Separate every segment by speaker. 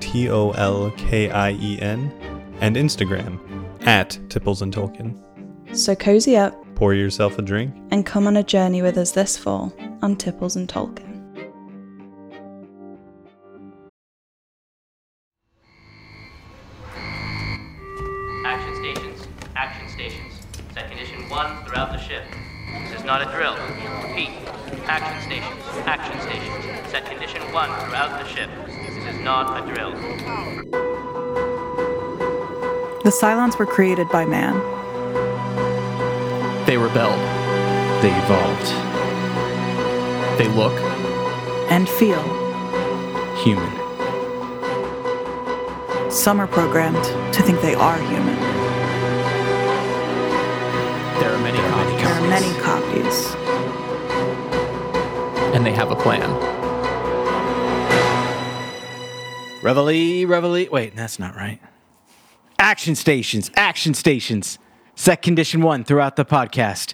Speaker 1: T O L K I E N. And Instagram, at Tipples and Tolkien.
Speaker 2: So cozy up
Speaker 1: Pour yourself a drink.
Speaker 2: and come on a journey with us this fall on Tipples and Tolkien.
Speaker 3: Action stations, action stations. Set condition one throughout the ship. This is not a drill. Repeat. Action stations, action stations. Set condition one throughout the ship. This is not a drill.
Speaker 4: The Cylons were created by man.
Speaker 5: They rebelled. They evolved. They look
Speaker 4: And feel.
Speaker 5: human.
Speaker 4: Some are programmed to think they are human.
Speaker 5: There are many copies.
Speaker 4: There are many copies.
Speaker 5: And they have a plan.
Speaker 6: Reveille, reveille. Wait, that's not right. Action stations, action stations. Set condition one throughout the podcast.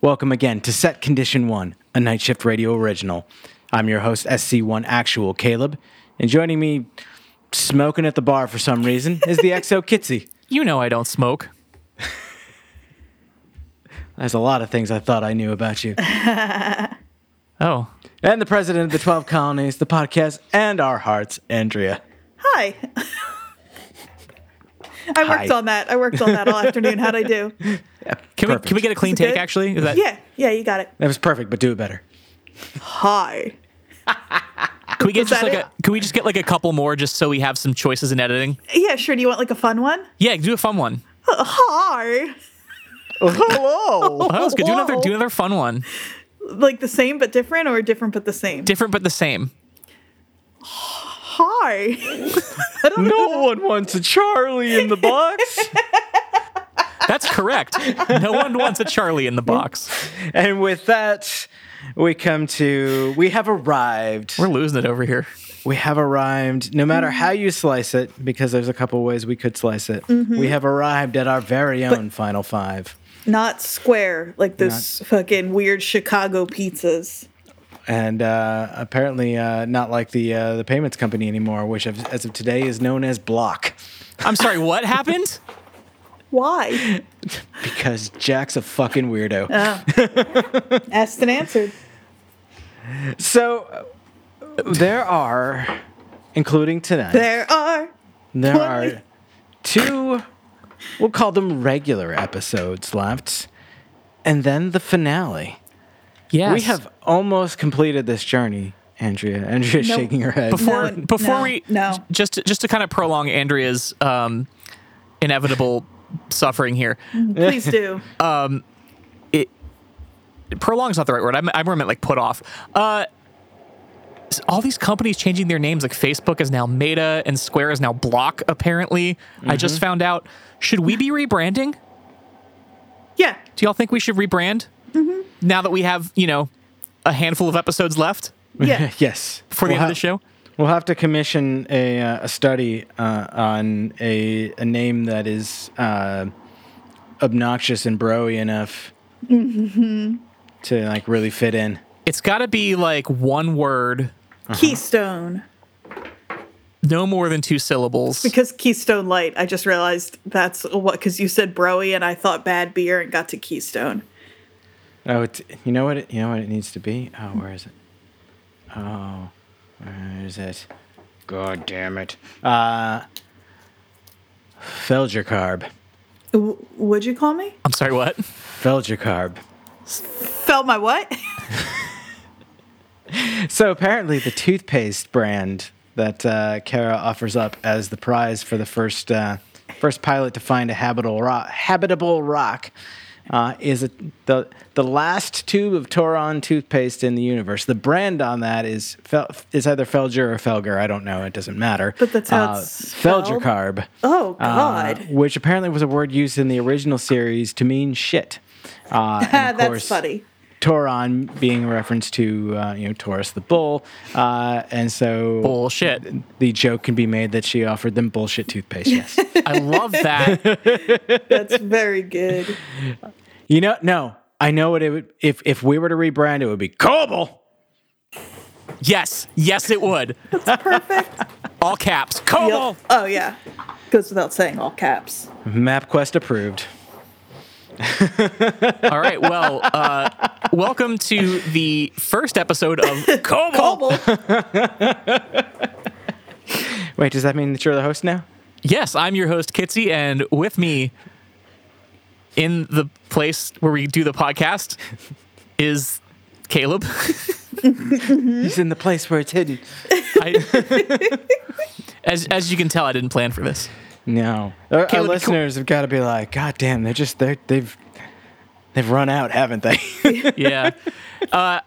Speaker 6: Welcome again to Set Condition One, a Night Shift Radio original. I'm your host, SC1 Actual Caleb, and joining me, smoking at the bar for some reason, is the XO Kitsy.
Speaker 5: You know I don't smoke.
Speaker 6: There's a lot of things I thought I knew about you.
Speaker 5: Oh.
Speaker 6: And the president of the 12 colonies, the podcast, and our hearts, Andrea.
Speaker 7: Hi. I worked
Speaker 6: Hi.
Speaker 7: on that. I worked on that all afternoon. How'd I do?
Speaker 8: Can we, can we
Speaker 6: Perfect.
Speaker 8: get a clean
Speaker 7: Is it
Speaker 8: take,
Speaker 7: good?
Speaker 8: actually? Is that,
Speaker 7: Yeah, yeah, you got it.
Speaker 6: That was perfect, but do it better.
Speaker 7: Hi.
Speaker 8: Can we get just
Speaker 7: that
Speaker 8: like
Speaker 7: it?
Speaker 8: a, can we just get like a couple more just so we have some choices in editing?
Speaker 7: Yeah, sure. Do you want like a fun one?
Speaker 8: Yeah, do a fun one.
Speaker 7: Hi.
Speaker 6: Hello!
Speaker 8: Oh, that was good. Do another do another fun one.
Speaker 7: Like the same but different or different but the same?
Speaker 8: Different but the same.
Speaker 7: Hi.
Speaker 6: no one wants a Charlie in the box.
Speaker 8: That's correct. No one wants a Charlie in the box.
Speaker 6: And with that, we come to we have arrived.
Speaker 8: We're losing it over here.
Speaker 6: We have arrived. No matter how you slice it, because there's a couple ways we could slice it. We have arrived at our very own final five.
Speaker 7: Not square like those fucking weird Chicago pizzas.
Speaker 6: And uh, apparently, uh, not like the uh, the payments company anymore, which of- as of today is known as Block,
Speaker 8: I'm sorry, what happened?
Speaker 7: Why?
Speaker 6: because Jack's a fucking weirdo.
Speaker 7: Asked and answered.
Speaker 6: so uh, there are, including tonight,
Speaker 7: There are.
Speaker 6: There
Speaker 7: Totally.
Speaker 6: are two, we'll call them regular episodes left, and then the finale.
Speaker 8: Yes.
Speaker 6: We have almost completed this journey, Andrea. Andrea's
Speaker 7: Nope.
Speaker 6: shaking her head.
Speaker 8: before
Speaker 7: No,
Speaker 8: before
Speaker 7: no,
Speaker 8: we
Speaker 7: no.
Speaker 8: just to, just to kind of prolong Andrea's um, inevitable suffering here.
Speaker 7: Please do.
Speaker 8: prolong's not the right word. I, me- I more meant like put off. Uh, s- all these companies changing their names, like Facebook is now Meta and Square is now Block. Apparently, I just found out. Should we be rebranding?
Speaker 7: Yeah.
Speaker 8: Do y'all think we should rebrand
Speaker 7: Mm-hmm.
Speaker 8: now that we have you know a handful of episodes left
Speaker 7: Yeah.
Speaker 6: yes.
Speaker 8: for the
Speaker 6: We'll
Speaker 8: end of
Speaker 6: ha-
Speaker 8: the show?
Speaker 6: We'll have to commission a, uh, a study uh, on a, a name that is uh, obnoxious and broy enough
Speaker 8: Mm-hmm.
Speaker 6: to like really fit in.
Speaker 8: It's got to be like one word,
Speaker 6: Uh-huh.
Speaker 7: Keystone.
Speaker 8: no more than two syllables.
Speaker 7: Because Keystone Light, I just realized that's what, because you said Broy and I thought bad beer and got to Keystone.
Speaker 6: Oh, it's, you know what? It, you know what it needs to be. Oh, where is it? Oh, where is it? God damn it! Uh, Felgercarb.
Speaker 7: W- would you call me?
Speaker 8: I'm sorry, what?
Speaker 6: Felgercarb.
Speaker 7: Felt my what?
Speaker 6: So apparently, the toothpaste brand that uh, Kara offers up as the prize for the first uh, first pilot to find a habitable rock, habitable rock, uh, is a, the the last tube of Toron toothpaste in the universe. The brand on that is Fel, is either Felger or Felger. I don't know. It doesn't matter.
Speaker 7: But that's how
Speaker 6: uh,
Speaker 7: it's
Speaker 6: Felger
Speaker 7: spelled?
Speaker 6: carb.
Speaker 7: Oh,
Speaker 6: uh,
Speaker 7: God.
Speaker 6: which apparently was a word used in the original series to mean shit. Uh, and of
Speaker 7: Ah, That's
Speaker 6: course,
Speaker 7: funny.
Speaker 6: Toron being a reference to uh, you know Taurus the bull, uh, and so
Speaker 8: Bullshit.
Speaker 6: the joke can be made that she offered them bullshit toothpaste. Yes,
Speaker 8: I love that.
Speaker 7: That's very good.
Speaker 6: you know, no, I know what it would. If if we were to rebrand, it would be Cobble.
Speaker 8: yes. Yes, it would.
Speaker 7: Perfect.
Speaker 8: All caps. Cobol.
Speaker 7: Yep. Oh yeah. Goes without saying all caps.
Speaker 6: MapQuest approved.
Speaker 8: All right. Well, uh, welcome to the first episode of Cobalt.
Speaker 7: Bubble.
Speaker 6: Wait, does that mean that you're the host now?
Speaker 8: Yes, I'm your host, Kitsy, and with me in the place where we do the podcast is Caleb.
Speaker 6: Hmm? He's in the place where it's hidden.
Speaker 8: I, as, as you can tell, I didn't plan for this.
Speaker 6: No, our, our
Speaker 8: Caleb, you
Speaker 6: listeners have got to be like, God damn, they're just they're, they've they've run out, haven't they?
Speaker 8: Yeah. Uh,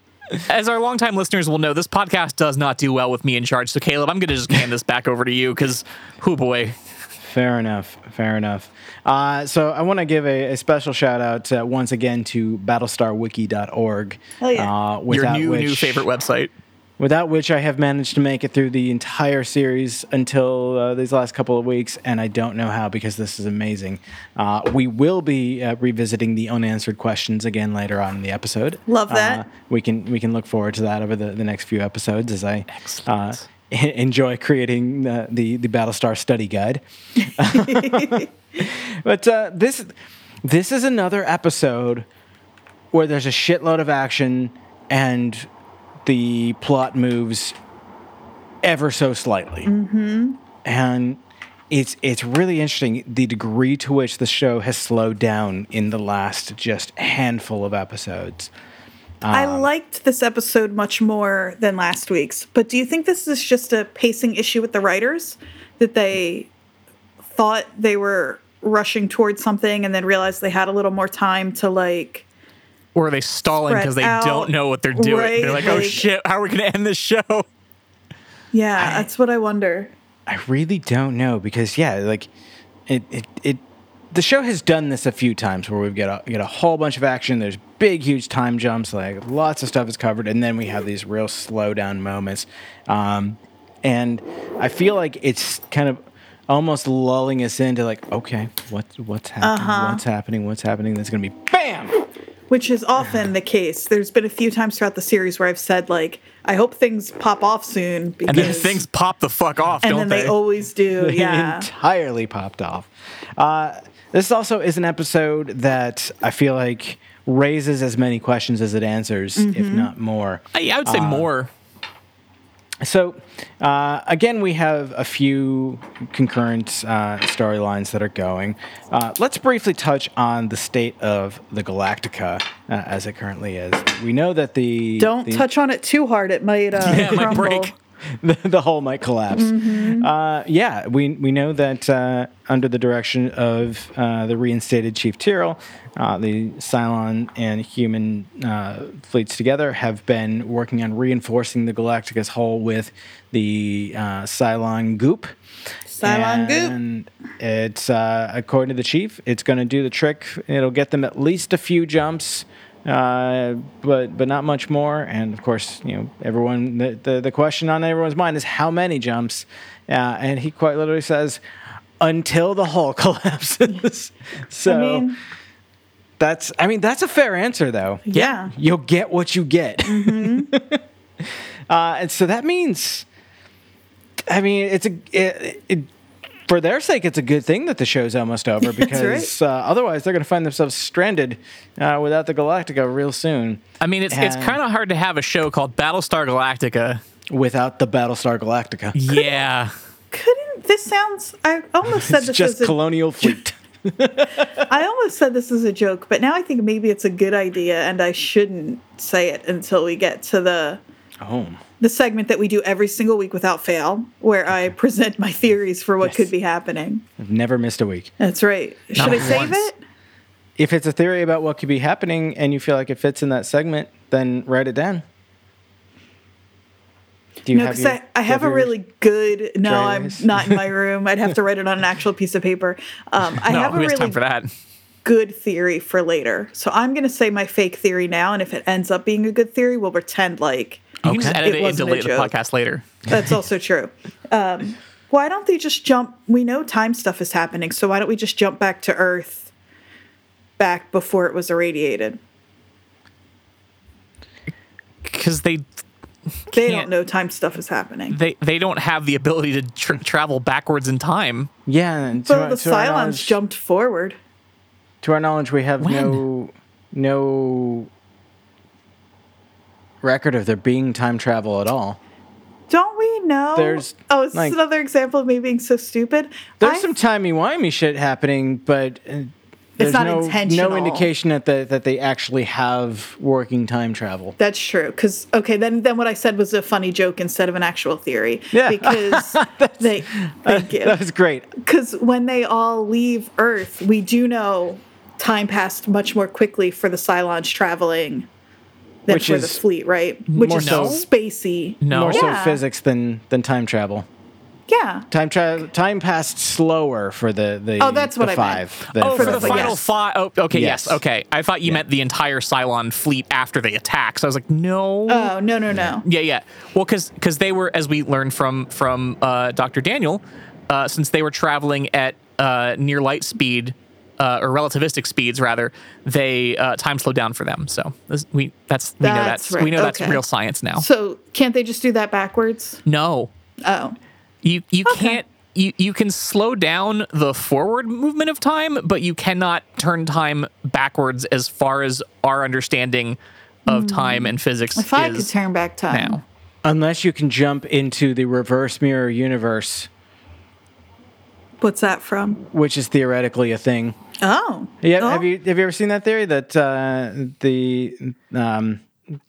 Speaker 8: as our longtime listeners will know, this podcast does not do well with me in charge. So, Caleb, I'm going to just hand this back over to you because, whoo boy.
Speaker 6: Fair enough. Fair enough. Uh, so I want to give a, a special shout out uh, once again to BattlestarWiki.org.
Speaker 7: Hell Oh, yeah.
Speaker 6: Uh,
Speaker 8: Your
Speaker 6: without
Speaker 8: new,
Speaker 6: which,
Speaker 8: new favorite website.
Speaker 6: Without which I have managed to make it through the entire series until uh, these last couple of weeks, and I don't know how because this is amazing. Uh, we will be uh, revisiting the unanswered questions again later on in the episode.
Speaker 7: Love that.
Speaker 6: Uh, we can we can look forward to that over the, the next few episodes as I uh,
Speaker 8: Excellent.
Speaker 6: enjoy creating the, the the Battlestar Study Guide. But uh, this this is another episode where there's a shitload of action and the plot moves ever so slightly, mm-hmm. and it's it's really interesting the degree to which the show has slowed down in the last just handful of episodes.
Speaker 7: I
Speaker 8: Um,
Speaker 7: liked this episode much more than last week's, but do you think this is just a pacing issue with the writers that they thought they were rushing towards something and then realized they had a little more time to like
Speaker 8: Or are they stalling
Speaker 7: Spread
Speaker 8: because they
Speaker 7: out,
Speaker 8: don't know what they're doing?
Speaker 7: right,
Speaker 8: they're like, oh
Speaker 7: like-
Speaker 8: shit, how are we going to end this show?
Speaker 7: yeah, that's what I wonder.
Speaker 6: I really don't know because yeah, like it it, it the show has done this a few times where we've got a, get a whole bunch of action. There's big, huge time jumps, like lots of stuff is covered, and then we have these real slow down moments. Um, and I feel like it's kind of almost lulling us into like, okay, what what's happening? What's happening? What's happening? That's gonna be bam.
Speaker 7: Which is often the case. There's been a few times throughout the series where I've said like, I hope things pop off soon because
Speaker 8: And then things pop the fuck off,
Speaker 7: and
Speaker 8: don't
Speaker 7: then they? always do. Yeah.
Speaker 6: entirely popped off. Uh, this also is an episode that I feel like raises as many questions as it answers, if
Speaker 7: Mm-hmm.
Speaker 6: not more.
Speaker 8: I, I would say more.
Speaker 6: So, uh, again, we have a few concurrent uh, storylines that are going. Uh, let's briefly touch on the state of the Galactica uh, as it currently is. We know that the
Speaker 7: Don't
Speaker 6: the-
Speaker 7: touch on it too hard. It might uh,
Speaker 8: Yeah, it might
Speaker 7: crumble.
Speaker 8: break.
Speaker 6: the, the whole might collapse. Uh, yeah, we we know that uh, under the direction of uh, the reinstated Chief Tyrrell, uh, the Cylon and human uh, fleets together have been working on reinforcing the Galactica's hull with the uh, Cylon goop.
Speaker 7: Cylon goop.
Speaker 6: And It's uh, according to the chief, it's going to do the trick. It'll get them at least a few jumps, uh, but but not much more. And of course, you know, everyone the the, the question on everyone's mind is how many jumps. Uh, and he quite literally says, until the hull collapses. so
Speaker 7: I mean,
Speaker 6: that's I mean that's a fair answer though
Speaker 7: yeah.
Speaker 6: you'll get what you get. Mm-hmm. uh, and so that means, I mean, it's a it, it, for their sake, it's a good thing that the show's almost over because uh, otherwise they're going to find themselves stranded uh, without the Galactica real soon.
Speaker 8: I mean, it's it's
Speaker 6: Uh,
Speaker 8: kind of hard to have a show called Battlestar Galactica.
Speaker 6: Without the Battlestar Galactica,
Speaker 8: Yeah,
Speaker 7: Couldn't this sounds? I almost said
Speaker 6: it's
Speaker 7: this
Speaker 6: just
Speaker 7: is a
Speaker 6: colonial fleet.
Speaker 7: I almost said this is a joke, but now I think maybe it's a good idea and I shouldn't say it until we get to the
Speaker 6: Home.
Speaker 7: the segment that we do every single week without fail, where I present my theories for what
Speaker 6: Yes.
Speaker 7: could be happening.
Speaker 6: I've never missed a week.
Speaker 7: That's right. Should I save
Speaker 8: once.
Speaker 7: it?
Speaker 6: If it's a theory about what could be happening and you feel like it fits in that segment, then write it down. Do
Speaker 7: No, because
Speaker 6: your-
Speaker 7: I,
Speaker 6: do
Speaker 7: I
Speaker 6: you
Speaker 7: have a
Speaker 6: your-
Speaker 7: really good. No,
Speaker 6: dry
Speaker 7: I'm
Speaker 6: erase?
Speaker 7: not in my room. I'd have to write it on an actual piece of paper. Um, I
Speaker 8: No,
Speaker 7: have a
Speaker 8: who has
Speaker 7: really
Speaker 8: time for that?
Speaker 7: good theory for later. So I'm going to say my fake theory now, and if it ends up being a good theory, we'll pretend like
Speaker 8: You can just
Speaker 7: It
Speaker 8: edit it, and
Speaker 7: wasn't a
Speaker 8: delete the
Speaker 7: joke.
Speaker 8: podcast later.
Speaker 7: that's also true. Um, why don't they just jump? We know time stuff is happening, so why don't we just jump back to Earth, back before it was irradiated?
Speaker 8: Because they
Speaker 7: They
Speaker 8: Can't-
Speaker 7: don't know time stuff is happening.
Speaker 8: they they don't have the ability to tr- travel backwards in time.
Speaker 6: Yeah. and to
Speaker 7: well,
Speaker 6: our-
Speaker 7: the
Speaker 6: to our
Speaker 7: Cylons
Speaker 6: knowledge-
Speaker 7: jumped forward.
Speaker 6: To our knowledge, we have
Speaker 8: When?
Speaker 6: no no record of there being time travel at all.
Speaker 7: Don't we know?
Speaker 6: There's,
Speaker 7: oh, it's
Speaker 6: like-
Speaker 7: another example of me being so stupid.
Speaker 6: There's
Speaker 7: I-
Speaker 6: some timey wimey shit happening, but uh, there's
Speaker 7: not
Speaker 6: no,
Speaker 7: intentional.
Speaker 6: No indication that the, that they actually have working time travel.
Speaker 7: That's true. Because okay, then then what I said was a funny joke instead of an actual theory.
Speaker 6: Yeah.
Speaker 7: Because they thank you.
Speaker 6: That was great.
Speaker 7: Because when they all leave Earth, we do know time passed much more quickly for the Cylons traveling than
Speaker 6: Which
Speaker 7: for the
Speaker 6: is
Speaker 7: fleet, right? Which
Speaker 6: more
Speaker 7: is
Speaker 6: so-
Speaker 7: spacey.
Speaker 8: No,
Speaker 6: More
Speaker 7: Yeah.
Speaker 6: so physics than than time travel.
Speaker 7: Yeah.
Speaker 6: Time tra- time passed slower for the the
Speaker 7: Oh, that's what
Speaker 6: the
Speaker 7: I meant.
Speaker 6: five.
Speaker 8: Oh, for the
Speaker 7: Preferably,
Speaker 8: final
Speaker 7: yes.
Speaker 8: five. Oh, okay, yes.
Speaker 6: Yes.
Speaker 8: okay. I thought you meant the entire Cylon fleet after they attack. So I was like, no.
Speaker 7: Oh no no no.
Speaker 8: yeah, yeah. Well, because they were, as we learned from from uh, Doctor Daniel, uh, since they were traveling at uh, near light speed uh, or relativistic speeds, rather, they uh, time slowed down for them. So this, we that's we know
Speaker 7: That's
Speaker 8: that's we
Speaker 7: right.
Speaker 8: know that's
Speaker 7: Okay.
Speaker 8: real science now.
Speaker 7: So can't they just do that backwards?
Speaker 8: no,
Speaker 7: Oh.
Speaker 8: You you can't you you can slow down the forward movement of time, but you cannot turn time backwards as far as our understanding of time and physics
Speaker 7: Hmm. If I could
Speaker 8: is
Speaker 7: turn back time.
Speaker 8: now.
Speaker 6: Unless you can jump into the reverse mirror universe,
Speaker 7: What's that from?
Speaker 6: which is theoretically a thing.
Speaker 7: Oh.
Speaker 6: Yeah,
Speaker 7: Oh.
Speaker 6: have you have you ever seen that theory that uh, the um,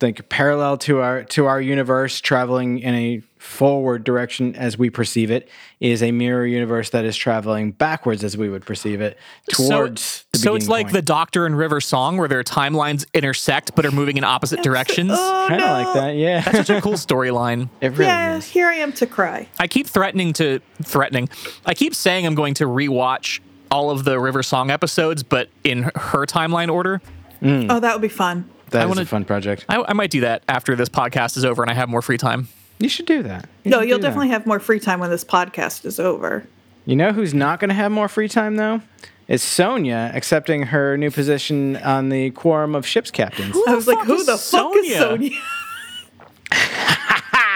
Speaker 6: like parallel to our to our universe traveling in a forward direction as we perceive it is a mirror universe that is traveling backwards as we would perceive it towards
Speaker 8: so,
Speaker 6: the
Speaker 8: so it's
Speaker 6: beginning
Speaker 8: like the
Speaker 6: point.
Speaker 8: Doctor and River song where their timelines intersect but are moving in opposite directions.
Speaker 7: Oh
Speaker 6: kind of
Speaker 7: no.
Speaker 6: like that yeah
Speaker 8: That's such a cool storyline.
Speaker 6: it really
Speaker 7: yeah,
Speaker 6: is
Speaker 7: here I am to cry.
Speaker 8: I keep threatening to threatening. I keep saying I'm going to rewatch all of the River Song episodes, but in her timeline order.
Speaker 6: Hmm.
Speaker 7: Oh, that would be fun.
Speaker 6: That
Speaker 8: I
Speaker 6: is
Speaker 8: wanna-
Speaker 6: a fun project
Speaker 8: I, I might do that after this podcast is over and I have more free time.
Speaker 6: you should do that You
Speaker 7: No,
Speaker 6: should
Speaker 7: you'll
Speaker 6: do that.
Speaker 7: definitely have more free time when this podcast is over.
Speaker 6: you know who's not going to have more free time though is Sonia accepting her new position on the quorum of ships captains
Speaker 7: I was like,
Speaker 8: fuck
Speaker 7: who
Speaker 8: is
Speaker 7: the fuck is
Speaker 8: Sonya?
Speaker 7: Sonya?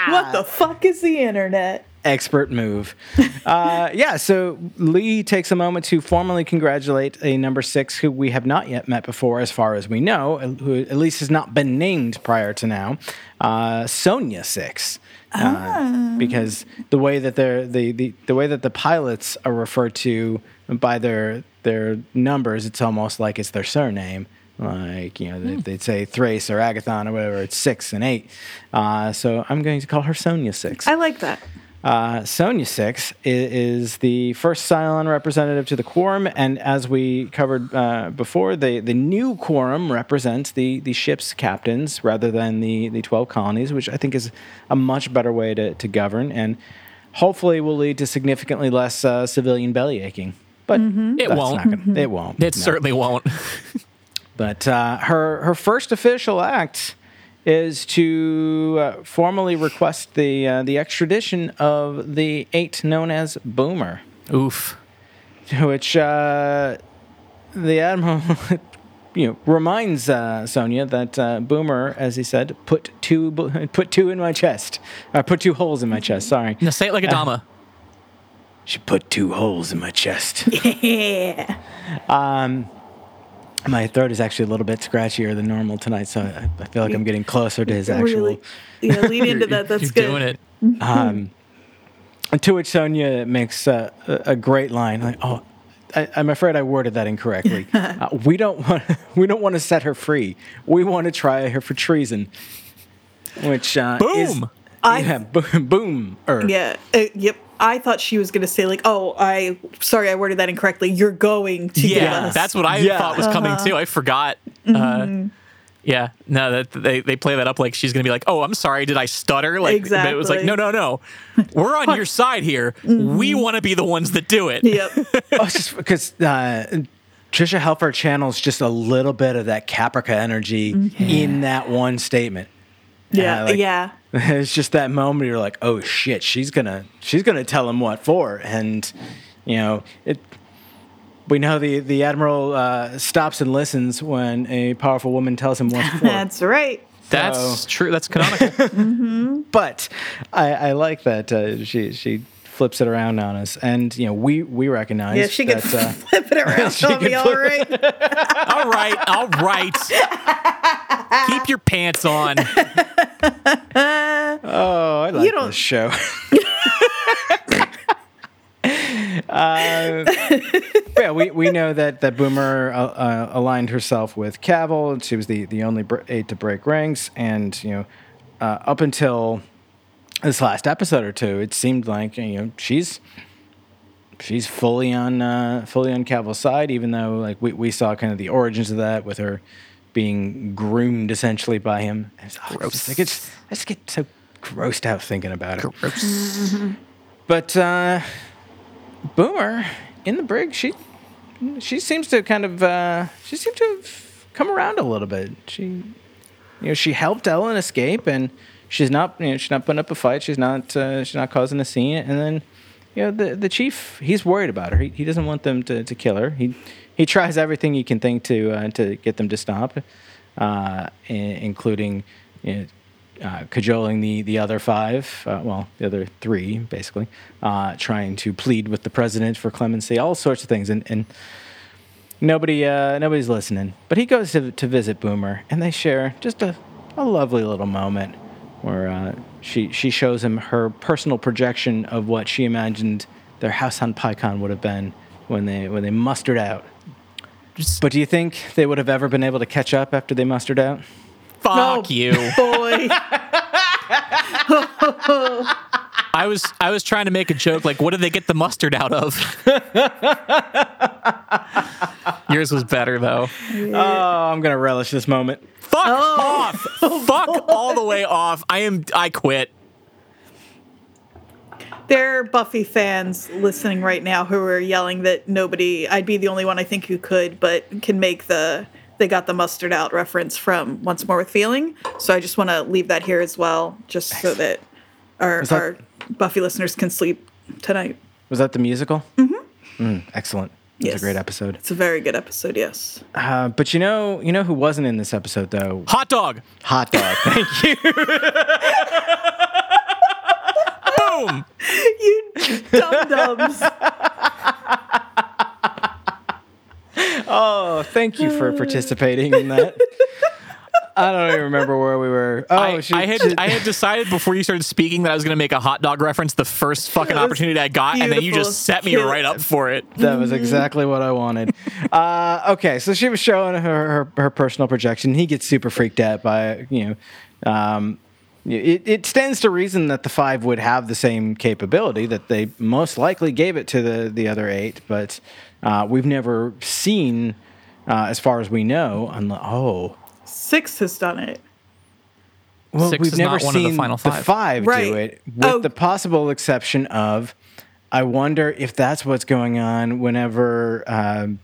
Speaker 7: what the fuck is the internet?
Speaker 6: expert move. uh, yeah, so Lee takes a moment to formally congratulate a number six who we have not yet met before, as far as we know, and who at least has not been named prior to now, uh, Sonia Six. Uh, because the way that they're the, the the way that the pilots are referred to by their their numbers, it's almost like it's their surname. Like you know, they, they'd say Thrace or Agathon or whatever. It's six and eight. Uh, so I'm going to call her Sonia Six.
Speaker 7: I like that.
Speaker 6: Uh, Sonia Six i- is, the first Cylon representative to the quorum, and as we covered uh, before, the, the new quorum represents the, the ship's captains rather than the, the 12 colonies, which I think is a much better way to, to govern, and hopefully will lead to significantly less uh, civilian belly aching. But
Speaker 8: It
Speaker 6: that's
Speaker 8: won't. Mm-hmm.
Speaker 6: not gonna- it won't.
Speaker 8: It
Speaker 6: no.
Speaker 8: certainly won't.
Speaker 6: But uh, her her first official act is to uh, formally request the uh, the extradition of the eight known as Boomer,
Speaker 8: Oof.
Speaker 6: which uh, the admiral. You know, reminds uh, Sonia that uh, Boomer, as he said, put two bu- put two in my chest, uh, put two holes in my chest. Sorry,
Speaker 8: Now say it like a Dama.
Speaker 6: she put two holes in my chest. Um,
Speaker 7: Yeah.
Speaker 6: my throat is actually a little bit scratchier than normal tonight, so I, I feel like I'm getting closer to his actual.
Speaker 7: Really. Yeah, lead into that. That's
Speaker 8: You're
Speaker 7: good.
Speaker 8: doing it.
Speaker 6: To which Sonia makes uh, a, a great line, like, "Oh, I, I'm afraid I worded that incorrectly. uh, we don't want we don't want to set her free. We want to try her for treason." Which uh, is-
Speaker 8: Boom!
Speaker 7: I
Speaker 6: yeah, boom, boom, er.
Speaker 7: Yeah. Uh, yep. I thought she was going to say like, "Oh, I sorry, I worded that incorrectly. You're going to give
Speaker 8: Yeah,
Speaker 7: us." Uh-huh. Mm-hmm.
Speaker 8: that's what I
Speaker 6: Yeah.
Speaker 8: thought was coming too. I forgot. Uh, yeah, no, that they, they play that up like she's gonna be like, "Oh, I'm sorry, did I stutter?" Like, but it was like, "No, no, no, we're on your side here.
Speaker 7: Mm-hmm.
Speaker 8: We want to be the ones that do it."
Speaker 7: Yep.
Speaker 6: Oh, it's just because uh, Trisha Helfer channels just a little bit of that Caprica energy
Speaker 7: Mm-hmm.
Speaker 6: in that one statement.
Speaker 7: Yeah.
Speaker 6: like-
Speaker 7: yeah.
Speaker 6: it's just that moment you're like, oh shit, she's gonna she's gonna tell him what for, and you know it. We know the the admiral uh, stops and listens when a powerful woman tells him what for.
Speaker 7: That's right.
Speaker 8: That's true. That's canonical.
Speaker 6: but I, I like that uh, she she flips it around on us, and you know we we recognize
Speaker 7: Yeah, she could
Speaker 6: that. Uh,
Speaker 7: flip it around
Speaker 6: she
Speaker 7: on me.
Speaker 6: could
Speaker 7: All
Speaker 6: flip
Speaker 7: right.
Speaker 8: all right, all right. Keep your pants on.
Speaker 6: oh, I like
Speaker 7: You don't-
Speaker 6: this show. Uh, yeah, we, we know that, that Boomer uh, uh, aligned herself with Cavill. and She was the, the only br- eight to break ranks. And, you know, uh, up until this last episode or two, it seemed like, you know, she's she's fully on uh, fully on Cavill's side, even though, like, we, we saw kind of the origins of that with her being groomed essentially by him. It's, oh, gross. Just, like, it's, I just get so grossed out thinking about it. But uh, Boomer in the brig, she she seems to kind of uh, she seemed to have come around a little bit. She you know she helped Ellen escape, and she's not you know she's not putting up a fight. She's not uh, she's not causing a scene. And then you know the the chief he's worried about her. He, he doesn't want them to, to kill her. He he tries everything he can think to uh, to get them to stop, uh, i- including. You know, uh, cajoling the, the other five, uh, well, the other three, basically, uh, trying to plead with the president for clemency, all sorts of things. And, and nobody uh, nobody's listening. But he goes to, to visit Boomer, and they share just a, a lovely little moment where uh, she, she shows him her personal projection of what she imagined their house on PyCon would have been when they, when they mustered out.
Speaker 8: Just-
Speaker 6: But do you think they would have ever been able to catch up after they mustered out?
Speaker 8: Fuck you.
Speaker 7: Boy.
Speaker 8: I was I was trying to make a joke like, what did they get the mustard out of? Yours was better though.
Speaker 6: Oh, I'm going to relish this moment.
Speaker 8: Fuck off! Fuck all the way off! I am I quit.
Speaker 7: There are Buffy fans listening right now who are yelling that nobody, I'd be the only one I think who could, but can make the they got the mustard out reference from Once More with Feeling. So I just want to leave that here as well, just so that our,
Speaker 6: that-
Speaker 7: our Buffy listeners can sleep tonight.
Speaker 6: Was that the musical? Mm-hmm. excellent. It
Speaker 7: Yes.
Speaker 6: was a great episode.
Speaker 7: It's a very good episode, yes.
Speaker 6: Uh, but you know, you know who wasn't in this episode though?
Speaker 8: Hot dog.
Speaker 6: Hot dog. Thank you.
Speaker 8: Boom.
Speaker 7: you dum dums.
Speaker 6: Oh, thank you for participating in that. I don't even remember where we were. Oh,
Speaker 8: I,
Speaker 6: she,
Speaker 8: I had
Speaker 6: she-
Speaker 8: I had decided before you started speaking that I was gonna make a hot dog reference the first fucking opportunity I got, and then you
Speaker 7: beautiful.
Speaker 8: just set me
Speaker 7: Cute.
Speaker 8: right up for it.
Speaker 6: that was exactly what I wanted. Uh, okay, so she was showing her, her her personal projection. He gets super freaked out by you know. Um, it, it stands to reason that the five would have the same capability that they most likely gave it to the the other eight, but uh, we've never seen, uh, as far as we know, unless oh.
Speaker 7: Six has done it.
Speaker 6: Well,
Speaker 8: Six
Speaker 6: we've
Speaker 8: is
Speaker 6: never
Speaker 8: not one of
Speaker 6: seen
Speaker 8: the final
Speaker 6: The
Speaker 8: five.
Speaker 6: five
Speaker 7: Right.
Speaker 6: do it, with
Speaker 7: Oh.
Speaker 6: the possible exception of, I wonder if that's what's going on whenever um,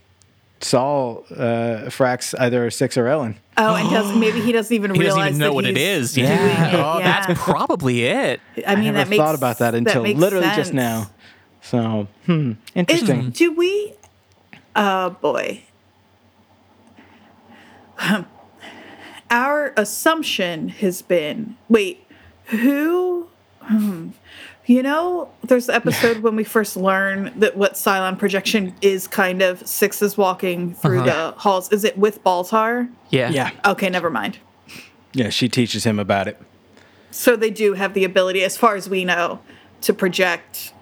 Speaker 6: Saul uh, fracks either Six or Ellen.
Speaker 7: Oh, and does, maybe he doesn't even
Speaker 8: He
Speaker 7: realize
Speaker 8: doesn't even know
Speaker 7: that
Speaker 8: what it
Speaker 7: he's-
Speaker 8: is.
Speaker 6: Yeah.
Speaker 8: Oh,
Speaker 7: Yeah.
Speaker 8: that's probably it.
Speaker 7: I mean,
Speaker 6: I
Speaker 7: that
Speaker 6: never
Speaker 7: makes
Speaker 6: thought about that until
Speaker 7: makes
Speaker 6: literally just
Speaker 7: sense.
Speaker 6: now. So, hmm,
Speaker 7: Is-
Speaker 6: interesting.
Speaker 7: do we? Oh boy. Our assumption has been wait, who? hmm. You know, there's the episode when we first learn that what Cylon projection is kind of six is walking through the halls. Is it with Baltar?
Speaker 8: Yeah.
Speaker 6: Yeah,
Speaker 7: Okay, never mind.
Speaker 6: yeah. She teaches him about it.
Speaker 7: So they do have the ability, as far as we know, to project.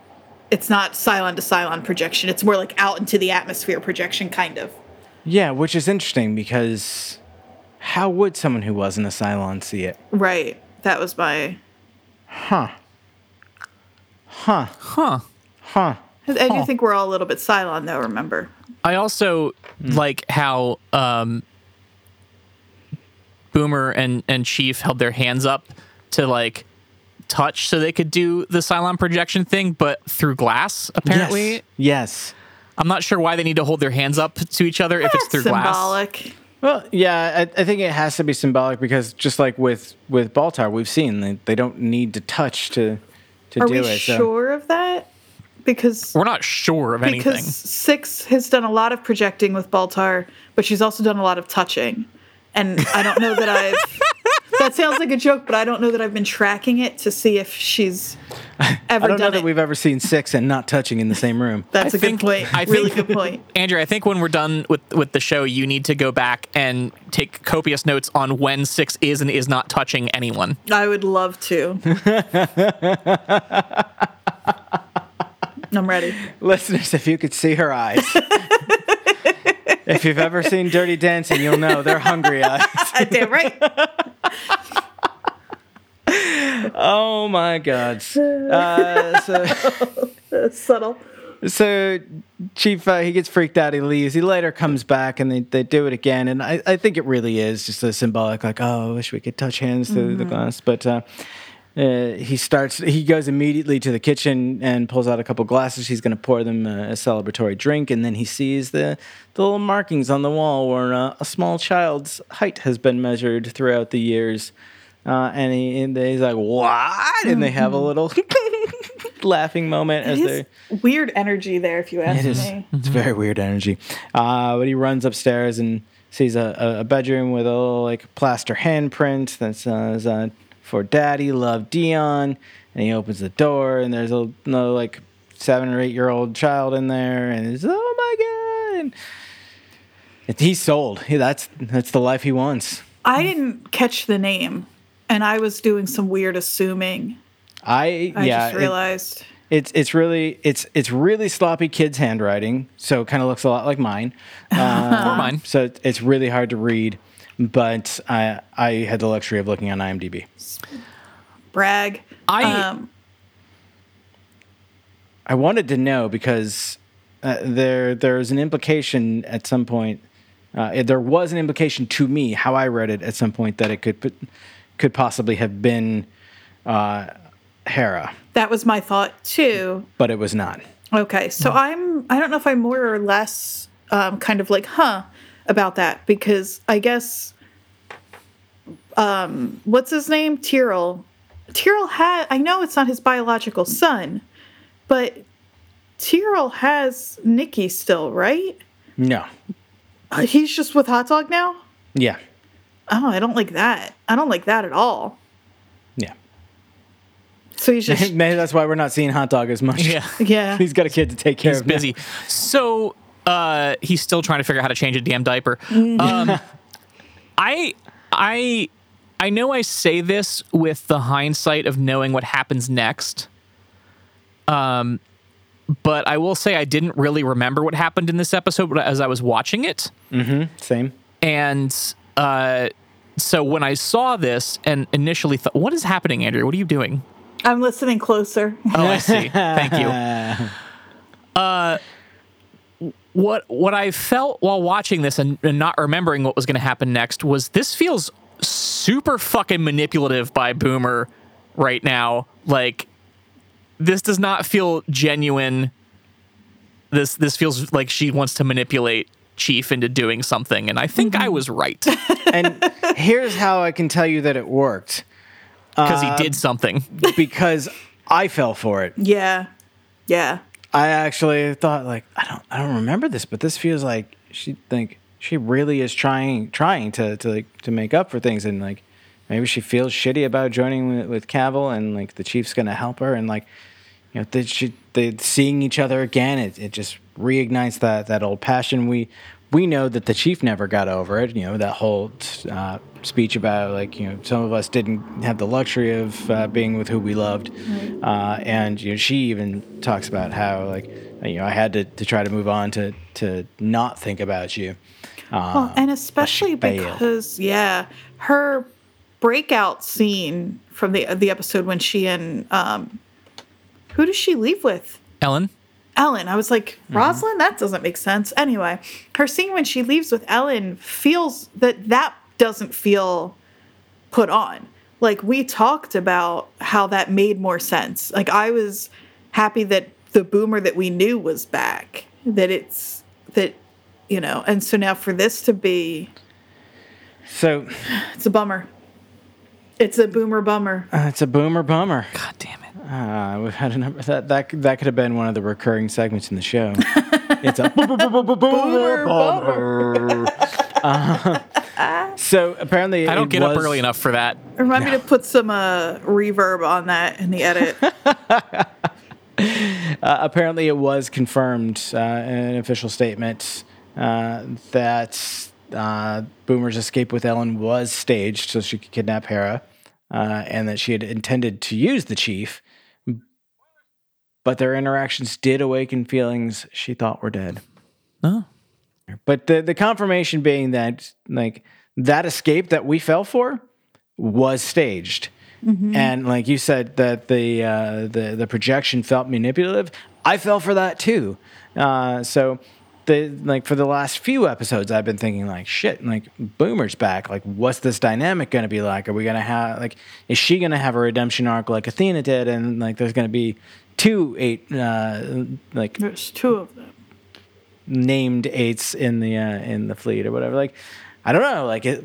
Speaker 7: It's not Cylon to Cylon projection. It's more like out into the atmosphere projection, kind of.
Speaker 6: Yeah, which is interesting because how would someone who wasn't a Cylon see it?
Speaker 7: Right. That was my.
Speaker 8: Huh.
Speaker 7: I do think we're all a little bit Cylon, though. Remember,
Speaker 8: I also like how um, Boomer and, and Chief held their hands up to like touch so they could do the Cylon projection thing, but through glass, apparently.
Speaker 6: Yes. Yes.
Speaker 8: I'm not sure why they need to hold their hands up to each other if it's through glass.
Speaker 7: symbolic.
Speaker 6: Well, yeah, I, I think it has to be symbolic because just like with with Baltar, we've seen they, they don't need to touch to to
Speaker 7: Are
Speaker 6: do
Speaker 7: we
Speaker 6: it. so-
Speaker 7: sure of that? Because
Speaker 8: We're not sure of
Speaker 7: because
Speaker 8: anything.
Speaker 7: Six has done a lot of projecting with Baltar, but she's also done a lot of touching. And I don't know that I've. that sounds like a joke, but I don't know that I've been tracking it to see if she's ever
Speaker 6: I don't
Speaker 7: done
Speaker 6: know that
Speaker 7: it.
Speaker 6: we've ever seen six and not touching in the same room.
Speaker 7: That's a
Speaker 8: I think-
Speaker 7: good point.
Speaker 8: I
Speaker 7: really
Speaker 8: think-
Speaker 7: good point.
Speaker 8: Andrew, I think when we're done with, with the show, you need to go back and take copious notes on when Six is and is not touching anyone.
Speaker 7: I would love to. I'm ready.
Speaker 6: Listeners, if you could see her eyes. if you've ever seen Dirty Dancing, you'll know they're hungry eyes.
Speaker 7: Damn right.
Speaker 6: Oh my god. Uh, so
Speaker 7: Subtle.
Speaker 6: so Chief uh, he gets freaked out, he leaves. He later comes back and they, they do it again. And I, I think it really is just a symbolic like, oh, I wish we could touch hands through the glass. But uh, uh, he starts he goes immediately to the kitchen and pulls out a couple glasses he's going to pour them a, a celebratory drink and then he sees the, the little markings on the wall where uh, a small child's height has been measured throughout the years uh, and, he, and he's like what and they have a little laughing moment as
Speaker 7: His
Speaker 6: they're
Speaker 7: weird energy there, if you ask
Speaker 6: it is.
Speaker 7: me.
Speaker 6: It's very weird energy. Uh, but he runs upstairs and sees a, a, a bedroom with a little like plaster handprint that says uh, "For Daddy, Love Dion," and he opens the door and there's a another, like seven or eight year old child in there and he's oh my god. And he's sold. He- that's that's the life he wants.
Speaker 7: I didn't catch the name, and I was doing some weird assuming.
Speaker 6: I,
Speaker 7: I
Speaker 6: yeah.
Speaker 7: just
Speaker 6: it-
Speaker 7: realized.
Speaker 6: It's it's really it's it's really sloppy kids handwriting, so it kind of looks a lot like mine. Uh,
Speaker 7: Uh-huh.
Speaker 8: Or mine.
Speaker 6: so it- it's really hard to read, but I I had the luxury of looking on IMDb.
Speaker 7: brag.
Speaker 8: I-
Speaker 7: um,
Speaker 6: I wanted to know because uh, there there's an implication at some point. Uh, it- there was an implication to me how I read it at some point that it could put, could possibly have been uh, Hera,
Speaker 7: that was my thought too.
Speaker 6: but it was not.
Speaker 7: Okay,
Speaker 6: Mm.
Speaker 7: so I'm I don't know if I'm more or less um, kind of like huh about that because I guess um, what's his name Tyrell Tyrell had I know it's not his biological son, but Tyrell has Nikki still, right?
Speaker 6: No.
Speaker 7: Uh, He's just with Hot Dog now.
Speaker 6: Yeah.
Speaker 7: Oh, I don't like that. I don't like that at all.
Speaker 6: Yeah.
Speaker 7: So he's just
Speaker 6: Maybe that's why we're not seeing hot dog as much.
Speaker 8: Yeah.
Speaker 7: yeah.
Speaker 6: He's got a kid to take care
Speaker 8: He's
Speaker 6: of. now.
Speaker 8: busy. So uh, he's still trying to figure out how to change a damn diaper. Um, I I I know I say this with the hindsight of knowing what happens next. Um, but I will say I didn't really remember what happened in this episode as I was watching it.
Speaker 6: Same.
Speaker 8: And uh, so when I saw this and initially thought, what is happening, Andrew? What are you doing?
Speaker 7: I'm listening closer.
Speaker 8: Oh, I see. Thank you. Uh, what what I felt while watching this and, and not remembering what was going to happen next was this feels super fucking manipulative by Boomer right now. Like this does not feel genuine. This this feels like she wants to manipulate Chief into doing something, and I think I was right
Speaker 6: And here's how I can tell you that it worked
Speaker 8: because he did something.
Speaker 6: because I fell for it.
Speaker 7: Yeah. Yeah.
Speaker 6: I actually thought like I don't I don't remember this, but this feels like she think she really is trying trying to to like to make up for things and like maybe she feels shitty about joining with, with Cavill and like the chief's gonna help her and like you know they she they seeing each other again it, it just reignites that that old passion we we know that the chief never got over it you know that whole uh, speech about like you know some of us didn't have the luxury of uh, being with who we loved uh, and you know she even talks about how like you know I had to, to try to move on to to not think about you
Speaker 7: Well, and Oh, especially
Speaker 6: failed.
Speaker 7: because, yeah, her breakout scene from the the episode when she and um, who does she leave with?
Speaker 8: Ellen.
Speaker 7: Ellen. I was like, Rosalind, that doesn't make sense. Anyway, her scene when she leaves with Ellen feels that that doesn't feel put on. Like we talked about how that made more sense. Like I was happy that the boomer that we knew was back. That it's that you know, and so now for this to be
Speaker 6: So
Speaker 7: it's a bummer. It's a boomer bummer.
Speaker 6: uh, it's a boomer bummer.
Speaker 8: God damn it.
Speaker 6: Uh, we've had a number that that that could have been one of the recurring segments in the show. it's a boomer bummer. Uh, So apparently,
Speaker 8: I don't
Speaker 6: it
Speaker 8: get up
Speaker 6: was-
Speaker 8: early enough for that.
Speaker 7: Remind me to put some uh, reverb on that in the edit.
Speaker 6: apparently it was confirmed uh, in an official statement uh, that uh, Boomer's escape with Ellen was staged so she could kidnap Hera, uh, and that she had intended to use the chief. But their interactions did awaken feelings she thought were dead.
Speaker 8: No.
Speaker 6: But the the confirmation being that like that escape that we fell for was staged, and like you said that the uh, the the projection felt manipulative. I fell for that too. Uh, so the like for the last few episodes, I've been thinking like shit. Like Boomer's back. Like what's this dynamic going to be like? Are we going to have like is she going to have a redemption arc like Athena did? And like there's going to be two eight uh, like
Speaker 7: There's two of them.
Speaker 6: named eights in the uh, in the fleet or whatever. Like, I don't know. Like, it,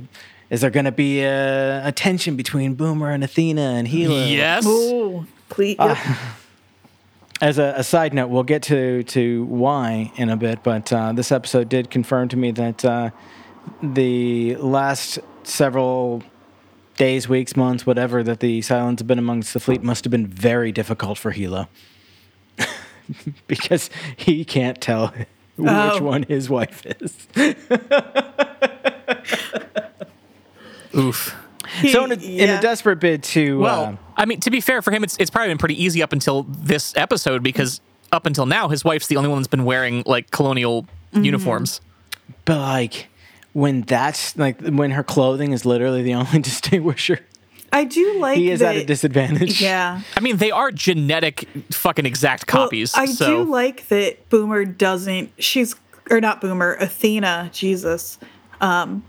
Speaker 6: is there going to be a, a tension between Boomer and Athena and Hela?
Speaker 8: Yes.
Speaker 7: Oh, please.
Speaker 6: As a, a side note, we'll get to to why in a bit, but uh, this episode did confirm to me that uh, the last several days, weeks, months, whatever that the silence have been amongst the fleet must have been very difficult for Hela. because he can't tell which
Speaker 7: Oh.
Speaker 6: one his wife is.
Speaker 8: Oof.
Speaker 6: So in a, in
Speaker 7: Yeah.
Speaker 6: a desperate bid to
Speaker 8: Well,
Speaker 6: uh,
Speaker 8: I mean, to be fair for him, it's it's probably been pretty easy up until this episode because up until now, his wife's the only one that's been wearing like colonial uniforms.
Speaker 6: but like when that's like when her clothing is literally the only distinguisher,
Speaker 7: I do like
Speaker 6: he is
Speaker 7: that,
Speaker 6: at a disadvantage.
Speaker 7: Yeah.
Speaker 8: I mean, they are genetic fucking exact
Speaker 7: Well,
Speaker 8: copies.
Speaker 7: I
Speaker 8: so
Speaker 7: do like that Boomer doesn't, she's, or not Boomer, Athena, Jesus, um,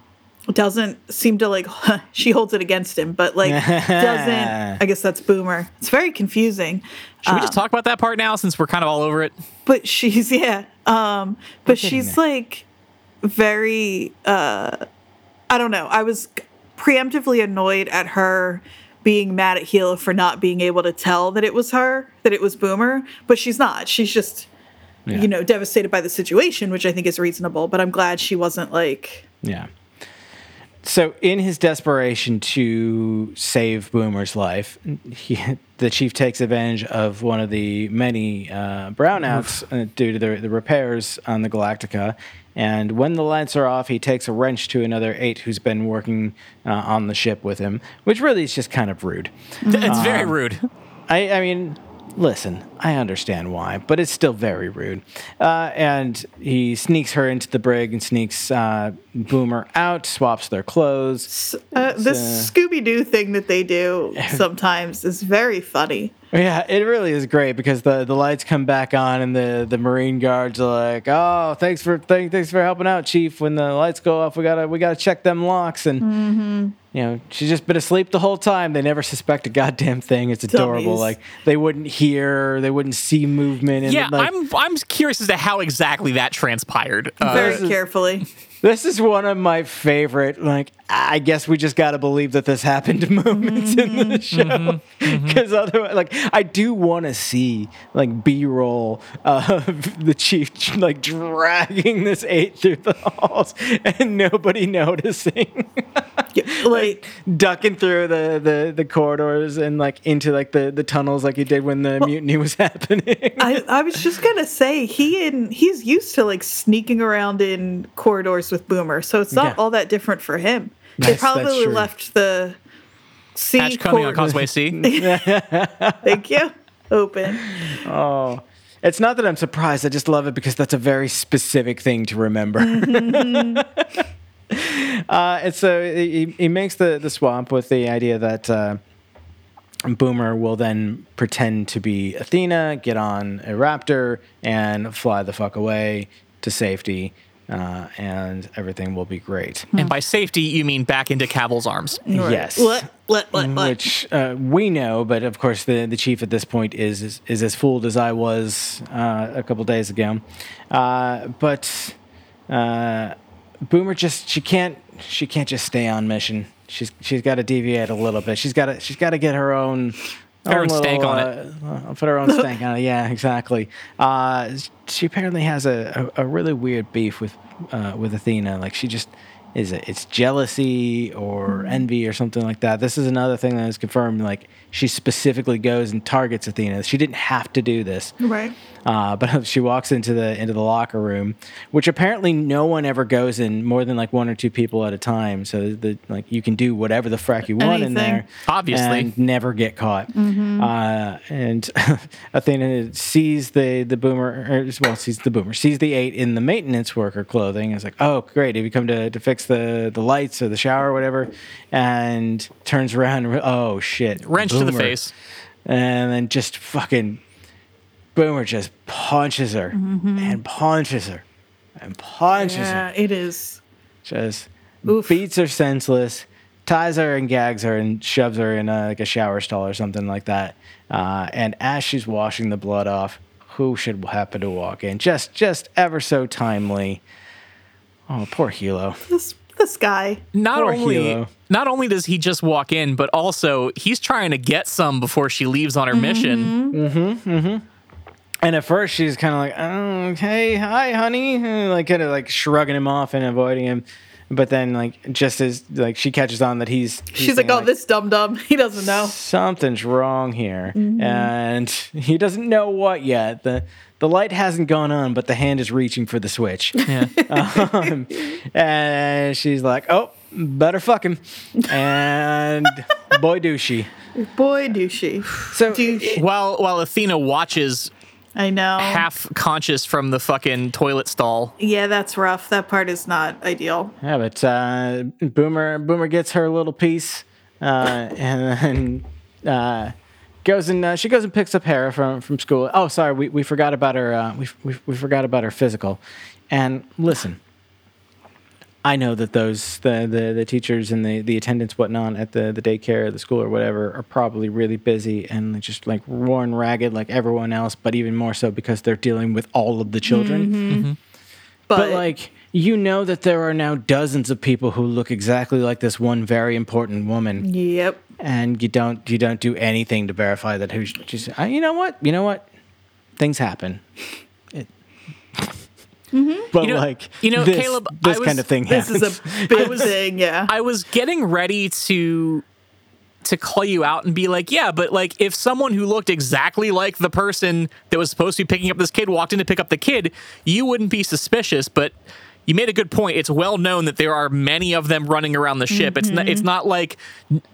Speaker 7: doesn't seem to like, she holds it against him, but like, doesn't, I guess that's Boomer. It's very confusing.
Speaker 8: should we just talk about that part now since we're kind of all over it?
Speaker 7: but she's yeah um but she's
Speaker 6: there.
Speaker 7: like very uh i don't know i was preemptively annoyed at her being mad at Gila for not being able to tell that it was her that it was boomer but she's not she's just you know devastated by the situation which i think is reasonable but i'm glad she wasn't like
Speaker 6: Yeah. So in his desperation to save Boomer's life, he, the chief takes advantage of one of the many uh, brownouts uh, due to the, the repairs on the Galactica. And when the lights are off, he takes a wrench to another eight who's been working uh, on the ship with him, which really is just kind of rude.
Speaker 8: Th- It's very rude.
Speaker 6: I, I mean, listen, I understand why, but it's still very rude. Uh, and he sneaks her into the brig and sneaks uh, Boomer out, swaps their clothes.
Speaker 7: uh, this scooby-doo thing that they do sometimes is very funny
Speaker 6: Yeah, it really is great because the, the lights come back on and the, the Marine guards are like, "Oh, thanks for thank, thanks for helping out, Chief. When the lights go off, we gotta we gotta check them locks." And
Speaker 8: Mm-hmm.
Speaker 6: you know, she's just been asleep the whole time. They never suspect a goddamn thing. It's adorable.
Speaker 7: Dummies.
Speaker 6: Like they wouldn't hear, they wouldn't see movement. And
Speaker 8: Yeah,
Speaker 6: like,
Speaker 8: I'm I'm curious as to how exactly that transpired. Uh,
Speaker 7: very carefully
Speaker 6: This is one of my favorite. Like, I guess we just got to believe that this happened moments in the show, because otherwise, like, I do want to see like B-roll of the chief like dragging this eight through the halls and nobody noticing,
Speaker 7: like
Speaker 6: ducking through the the, the corridors and like into like the the tunnels, like he did when the mutiny was happening.
Speaker 7: I, I was just gonna say he and he's used to like sneaking around in corridors with Boomer, so it's not
Speaker 6: Yeah.
Speaker 7: all that different for him. they
Speaker 6: That's- that's
Speaker 7: probably
Speaker 6: true.
Speaker 7: left the sea
Speaker 8: Hatch coming
Speaker 7: corridor.
Speaker 8: on Causeway C.
Speaker 7: Thank you. Open.
Speaker 6: Oh. It's not that I'm surprised. I just love it because that's a very specific thing to remember. Uh, and so he, he makes the, the swap with the idea that uh, Boomer will then pretend to be Athena, get on a raptor, and fly the fuck away to safety, uh, and everything will be great.
Speaker 8: And by safety, you mean back into Cavill's arms.
Speaker 6: Yes.
Speaker 7: What? What? What? What?
Speaker 6: Which uh, we know, but of course the, the chief at this point is is, is as fooled as I was uh, a couple days ago. Uh, but uh, Boomer just she can't she can't just stay on mission. She's she's got to deviate a little bit. She's got to she's got to get her own.
Speaker 8: Her own stank on it.
Speaker 6: uh, put her own stank on it. Yeah, exactly. Uh, she apparently has a, a, a really weird beef with uh, with Athena. Like she just is it, it's jealousy or envy or something like that. This is another thing that is confirmed. Like she specifically goes and targets Athena. She didn't have to do this.
Speaker 7: Right.
Speaker 6: Uh, but she walks into the into the locker room, which apparently no one ever goes in more than like one or two people at a time. So the, like you can do whatever the frack you want in
Speaker 7: Anything.
Speaker 6: there,
Speaker 8: Obviously.
Speaker 6: and never get caught. Uh, and Athena sees the the boomer, or, well, sees the boomer, sees the eight in the maintenance worker clothing. And is like, oh great, have you come to, to fix the the lights or the shower or whatever? And turns around, and, re- oh shit,
Speaker 8: Wrench to the
Speaker 6: Boomer
Speaker 8: face.
Speaker 6: and then just fucking Boomer just punches her and punches her and punches her,
Speaker 7: Mm-hmm. Yeah, it is.
Speaker 6: just beats her senseless, ties her and gags her and shoves her in a, like a shower stall or something like that. Uh, and as she's washing the blood off, who should happen to walk in? Just, just ever so timely. Oh, poor Hilo.
Speaker 7: This this guy.
Speaker 8: Not
Speaker 6: Poor
Speaker 8: only
Speaker 6: Hilo.
Speaker 8: not only does he just walk in, but also he's trying to get some before she leaves on her mission.
Speaker 6: And at first, she's kind of like, oh, "Okay, hi, honey," and, like kind of like shrugging him off and avoiding him. But then, like, just as like she catches on that he's, he's
Speaker 7: She's like,
Speaker 6: saying,
Speaker 7: oh, this dum dum. He doesn't know.
Speaker 6: something's wrong here," and he doesn't know what yet. the The light hasn't gone on, but the hand is reaching for the switch.
Speaker 8: Yeah.
Speaker 6: Um, and she's like, "Oh, better fuck him," and boy, do she.
Speaker 7: Boy, do she.
Speaker 6: So
Speaker 7: Do
Speaker 8: while while Athena watches
Speaker 7: I know.
Speaker 8: half conscious from the fucking toilet stall.
Speaker 7: yeah, that's rough. That part is not ideal.
Speaker 6: Yeah, but uh, Boomer Boomer gets her little piece, uh, and then uh, goes and uh, she goes and picks up Hera from from school. Oh, sorry, we, we forgot about her. Uh, we, we we forgot about her physical. And listen, I know that those the the, the teachers and the the attendants whatnot at the the daycare, or the school or whatever, are probably really busy and just like worn ragged like everyone else, but even more so because they're dealing with all of the children.
Speaker 7: But,
Speaker 6: But like you know that there are now dozens of people who look exactly like this one very important woman,
Speaker 7: yep.
Speaker 6: and you don't you don't do anything to verify that who she's. Uh, you know what? You know what? Things happen. It, But
Speaker 8: You know-
Speaker 6: like
Speaker 8: you know,
Speaker 6: this,
Speaker 8: Caleb, I
Speaker 6: this
Speaker 8: was-
Speaker 6: kind of thing
Speaker 7: This
Speaker 6: happens.
Speaker 7: is a big thing. Yeah.
Speaker 8: I was getting ready to to call you out and be like, yeah, but like if someone who looked exactly like the person that was supposed to be picking up this kid walked in to pick up the kid, you wouldn't be suspicious, but you made a good point. It's well known that there are many of them running around the ship. It's not it's Mm-hmm. not like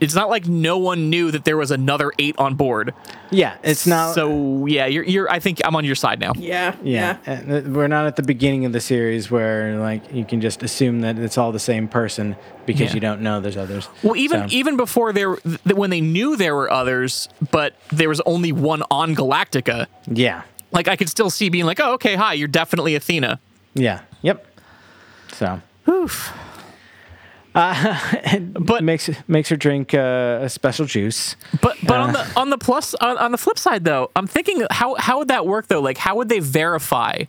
Speaker 8: it's not like no one knew that there was another 8 on board.
Speaker 6: yeah, it's not
Speaker 8: so yeah, you're you're I think I'm on your side now.
Speaker 7: yeah.
Speaker 6: Yeah. And th- We're not at the beginning of the series where like you can just assume that it's all the same person because
Speaker 8: Yeah.
Speaker 6: you don't know there's others.
Speaker 8: Well, even
Speaker 6: So-
Speaker 8: even before there, th- when they knew there were others, but there was only one on Galactica.
Speaker 6: yeah.
Speaker 8: Like I could still see being like, oh, okay, hi, you're definitely Athena.
Speaker 6: Yeah. Yep. So
Speaker 7: Uh,
Speaker 8: But
Speaker 6: makes makes her drink uh, a special juice.
Speaker 8: but but on
Speaker 7: uh,
Speaker 8: the on the plus on, on the flip side though, I'm thinking how how would that work though? Like how would they verify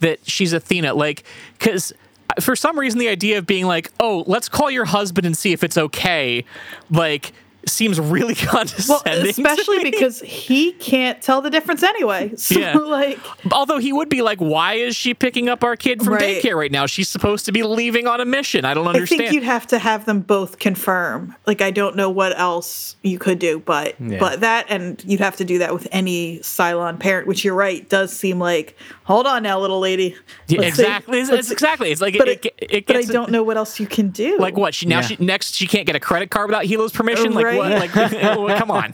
Speaker 8: that she's Athena? Like because. For some reason, the idea of being like, "Oh, let's call your husband and see if it's okay," like seems really
Speaker 7: Well,
Speaker 8: condescending. to
Speaker 7: especially
Speaker 8: me.
Speaker 7: because he can't tell the difference anyway. So
Speaker 8: Yeah.
Speaker 7: like,
Speaker 8: Although he would be like, why is she picking up our kid from
Speaker 7: Right.
Speaker 8: daycare right now? She's supposed to be leaving on a mission. I don't
Speaker 7: I think
Speaker 8: understand.
Speaker 7: you'd have to have them both confirm. Like, I don't know what else you could do, but but that, and you'd have to do that with any Cylon parent, which you're right does seem like. Hold on now, little lady.
Speaker 8: Yeah,
Speaker 7: Let's see.
Speaker 8: exactly. It's,
Speaker 7: Let's
Speaker 8: it's
Speaker 7: see.
Speaker 8: exactly. It's like
Speaker 7: But
Speaker 8: it,
Speaker 7: it,
Speaker 8: it, it
Speaker 7: but I
Speaker 8: gets
Speaker 7: don't know what else you can do.
Speaker 8: like what she now
Speaker 6: Yeah.
Speaker 8: she next she can't get a credit card without Hilo's permission. Like what?
Speaker 7: Right.
Speaker 8: Like well, come on.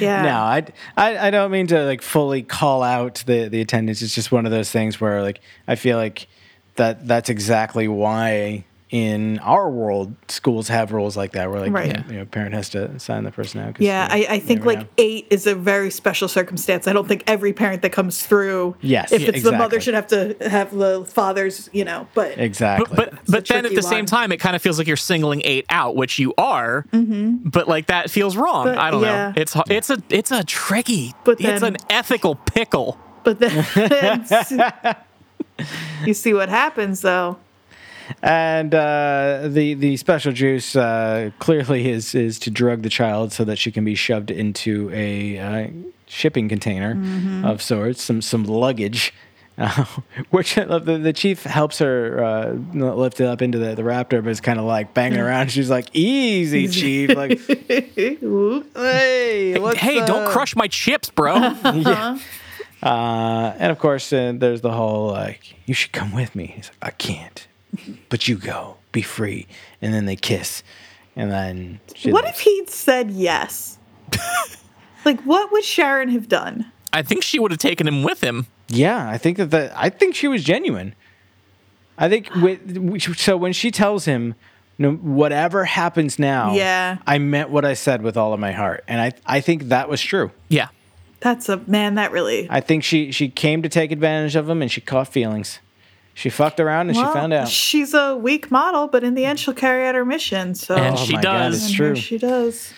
Speaker 7: Yeah.
Speaker 6: No, I, I I don't mean to like fully call out the the attendance. It's just one of those things where like I feel like that that's exactly why in our world, schools have rules like that where like
Speaker 7: Right.
Speaker 6: you, know, a parent has to sign the person out. 'cause
Speaker 7: Yeah,
Speaker 6: they-
Speaker 7: I, I
Speaker 6: you
Speaker 7: think
Speaker 6: never
Speaker 7: like
Speaker 6: know.
Speaker 7: eight is a very special circumstance. I don't think every parent that comes through,
Speaker 6: Yes,
Speaker 7: if
Speaker 6: yeah,
Speaker 7: it's the mother,
Speaker 6: exactly.
Speaker 7: should have to have the father's, you know. But
Speaker 6: exactly.
Speaker 8: But but
Speaker 7: It's a
Speaker 8: then at
Speaker 7: tricky
Speaker 8: the
Speaker 7: one.
Speaker 8: same time, it kind of feels like you're singling eight out, which you are. But like that feels wrong.
Speaker 7: Mm-hmm. But,
Speaker 8: I don't
Speaker 7: yeah.
Speaker 8: know. It's ho- it's a it's a tricky.
Speaker 7: But
Speaker 8: it's
Speaker 7: then-
Speaker 8: an ethical pickle.
Speaker 7: but then you see what happens though.
Speaker 6: and uh, the the special juice uh, clearly is is to drug the child so that she can be shoved into a uh, shipping container
Speaker 7: Mm-hmm.
Speaker 6: of sorts, some some luggage. Uh, which I love the, the chief helps her uh, not lift it up into the, the raptor, but it's kind of like banging around. She's like, "Easy, chief! Like, hey, what's
Speaker 8: hey, don't
Speaker 6: up?"
Speaker 8: crush my chips, bro.
Speaker 6: yeah. Uh, and of course, uh, there's the whole like, you should come with me. He's like, I can't, but you go, be free. And then they kiss, and then she
Speaker 7: What if
Speaker 6: leaves.
Speaker 7: he'd said yes? like, what would Sharon have done?
Speaker 8: I think she would have taken him with him.
Speaker 6: Yeah, I think that the, I think she was genuine. I think with so when she tells him, no, whatever happens now,
Speaker 7: Yeah.
Speaker 6: I meant what I said with all of my heart, and I I think that was true.
Speaker 8: Yeah.
Speaker 7: That's a man. That really.
Speaker 6: I think she she came to take advantage of him, and she caught feelings. She fucked around and
Speaker 7: Well,
Speaker 6: she found out.
Speaker 7: she's a weak model, but in the end, she'll carry out her mission. So
Speaker 8: And
Speaker 6: Oh
Speaker 8: she
Speaker 6: my God,
Speaker 8: does.
Speaker 6: it's
Speaker 7: And
Speaker 6: true.
Speaker 7: here she does.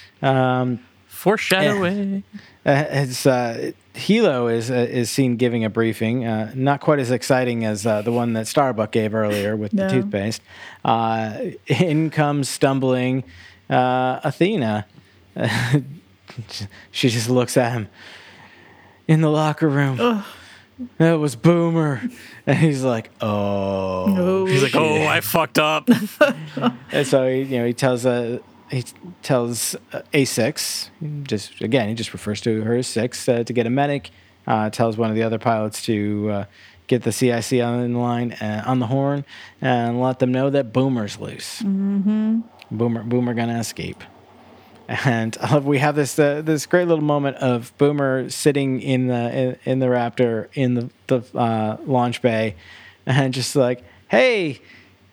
Speaker 8: Foreshadowing.
Speaker 6: Uh, it's uh, Hilo is uh, is seen giving a briefing, uh, not quite as exciting as uh, the one that Starbuck gave earlier with
Speaker 7: No.
Speaker 6: the toothpaste. Uh, in comes stumbling uh, Athena. she just looks at him in the locker room. That was Boomer, and he's like, "Oh."
Speaker 8: He's like, oh, I fucked up.
Speaker 6: And so he, you know, he tells uh, he tells uh, A6, just again, he just refers to her as six uh, to get a medic. Uh, tells one of the other pilots to uh, get the CIC on the line uh, on the horn and let them know that Boomer's loose. Mm-hmm. Boomer, Boomer gonna escape. And I love, we have this uh, this great little moment of Boomer sitting in the in, in the Raptor in the the uh, launch bay, and just like, hey,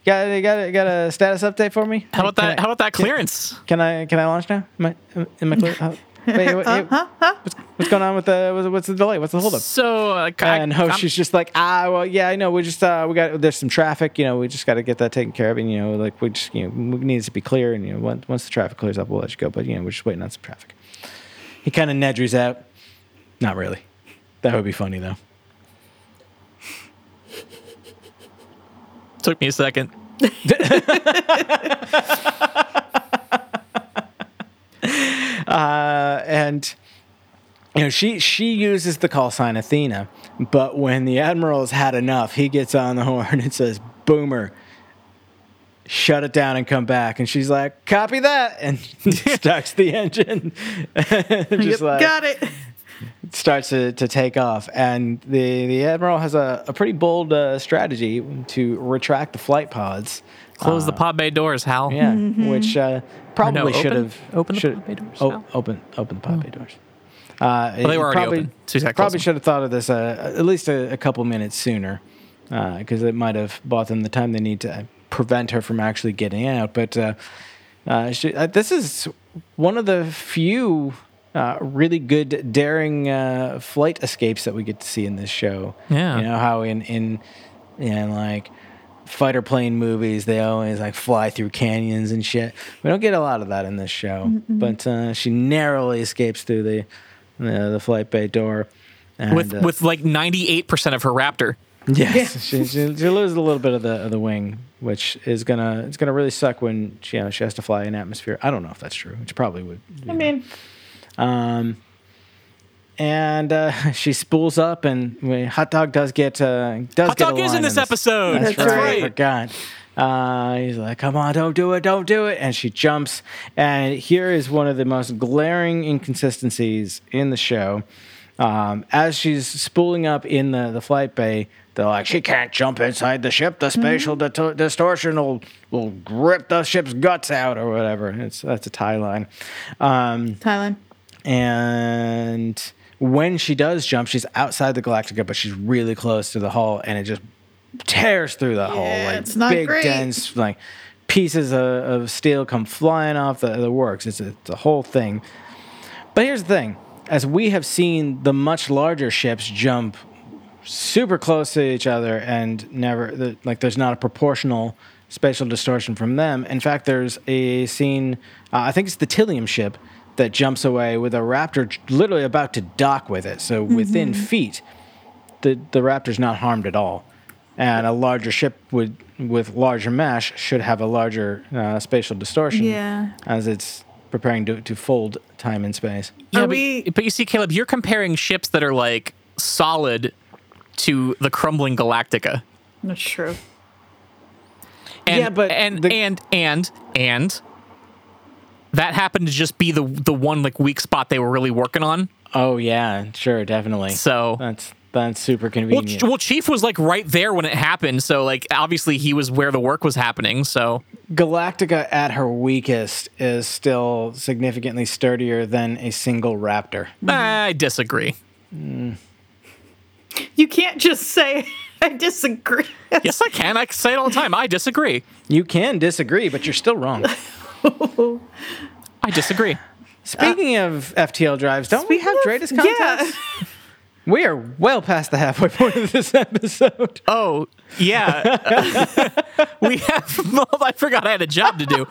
Speaker 6: got a- got a, got a status update for me?
Speaker 8: How about
Speaker 6: Can
Speaker 8: that?
Speaker 6: I-
Speaker 8: How about that
Speaker 6: can-
Speaker 8: clearance?
Speaker 6: Can, I can I launch now? Am I am I clear? Uh, wait, wait, wait,
Speaker 8: Uh-huh,
Speaker 6: what's, what's going on with the what's, what's the delay? What's the holdup?
Speaker 8: So uh, I-
Speaker 6: And Hoshi's
Speaker 8: I'm-
Speaker 6: she's just like, ah, well, yeah, I know. We just uh, we got there's some traffic, you know. We just got to get that taken care of, and you know, like we just you know we need it to be clear, and you know, once, once the traffic clears up, we'll let you go. But you know, we're just waiting on some traffic. He kind of nedries out. Not really. That would be funny though.
Speaker 8: took me a second.
Speaker 6: Uh, and you know she she uses the call sign Athena, but when the admiral's had enough, he gets on the horn and says, "Boomer, shut it down and come back." And she's like, "Copy that," and starts the engine. Just
Speaker 7: Yep, got it.
Speaker 6: starts to, to take off. And the, the Admiral has a, a pretty bold uh, strategy to retract the flight pods.
Speaker 8: Close the pod bay doors, Hal.
Speaker 6: Ah. Yeah, which uh,
Speaker 8: open-
Speaker 6: probably should have
Speaker 8: open the
Speaker 6: should-
Speaker 8: pod bay doors
Speaker 6: o-
Speaker 8: now.
Speaker 6: open open the pod bay doors. Uh,
Speaker 8: Oh. they
Speaker 6: it
Speaker 8: were already
Speaker 6: probably,
Speaker 8: open, so he's gotta close
Speaker 6: probably
Speaker 8: them.
Speaker 6: should have thought of this uh, at least a, a couple minutes sooner, because it might have bought them the time they need to prevent her from actually getting out. But uh, uh, she, uh, this is one of the few uh, really good, daring uh, flight escapes that we get to see in this show.
Speaker 8: Yeah.
Speaker 6: you know how in in in like fighter plane movies they always like fly through canyons and shit. We don't get a lot of that in this show, but uh, she narrowly escapes through the uh, the, the flight bay door. And,
Speaker 8: With
Speaker 6: uh,
Speaker 8: with like ninety eight percent of her raptor.
Speaker 6: Yes, she, she, she loses a little bit of the of the wing, which is gonna it's gonna really suck when she, you know, she has to fly in atmosphere. I don't know if that's true, which probably would. I mean, um, and uh, she spools up, and well, hot dog does get uh, does
Speaker 8: Hot
Speaker 6: get a
Speaker 8: dog is
Speaker 6: line
Speaker 8: in this episode.
Speaker 6: That's,
Speaker 7: That's
Speaker 6: right.
Speaker 7: right.
Speaker 6: I forgot. Uh, he's like, "Come on, don't do it, don't do it," and she jumps. And here is one of the most glaring inconsistencies in the show. Um, as she's spooling up in the, the flight bay, they're like, "She can't jump inside the ship. The spatial dito- distortion will will grip the ship's guts out, or whatever." It's that's a tie line. Um,
Speaker 7: Thailand.
Speaker 6: and when she does jump, she's outside the Galactica, but she's really close to the hull, and it just tears through the hole. Like
Speaker 7: it's not
Speaker 6: big
Speaker 7: great.
Speaker 6: dents, like pieces of, of steel come flying off the, the works. It's a, it's a whole thing. But here's the thing: as we have seen the much larger ships jump super close to each other and never the, like there's not a proportional spatial distortion from them. In fact, there's a scene. Uh, I think it's the Tillium ship that jumps away with a raptor j- literally about to dock with it. So within feet, the the raptor's not harmed at all. And a larger ship would with larger mesh should have a larger uh, spatial distortion
Speaker 7: Yeah.
Speaker 6: as it's preparing to, to fold time and space.
Speaker 8: Yeah,
Speaker 7: Are
Speaker 8: but,
Speaker 7: we-
Speaker 8: but you see, Caleb, you're comparing ships that are like solid to the crumbling Galactica.
Speaker 7: That's true.
Speaker 8: And,
Speaker 6: Yeah, but
Speaker 8: and
Speaker 6: the-
Speaker 8: and and and that happened to just be the the one like weak spot they were really working on.
Speaker 6: Oh yeah, sure, definitely.
Speaker 8: So
Speaker 6: that's that's super
Speaker 8: well,
Speaker 6: convenient.
Speaker 8: Ch- well, Chief was like right there when it happened. So like obviously he was where the work was happening. So
Speaker 6: Galactica at her weakest is still significantly sturdier than a single raptor.
Speaker 8: I disagree.
Speaker 7: You can't just say I disagree.
Speaker 8: Yes, I can. I say it all the time. I disagree.
Speaker 6: You can disagree, but you're still wrong.
Speaker 8: I disagree.
Speaker 6: Speaking of FTL drives, don't we
Speaker 7: Speaking
Speaker 6: have
Speaker 7: of-
Speaker 6: Dratus contacts? We are well past the halfway point of this episode.
Speaker 8: Oh, yeah. we have. mul- I forgot I had a job to do.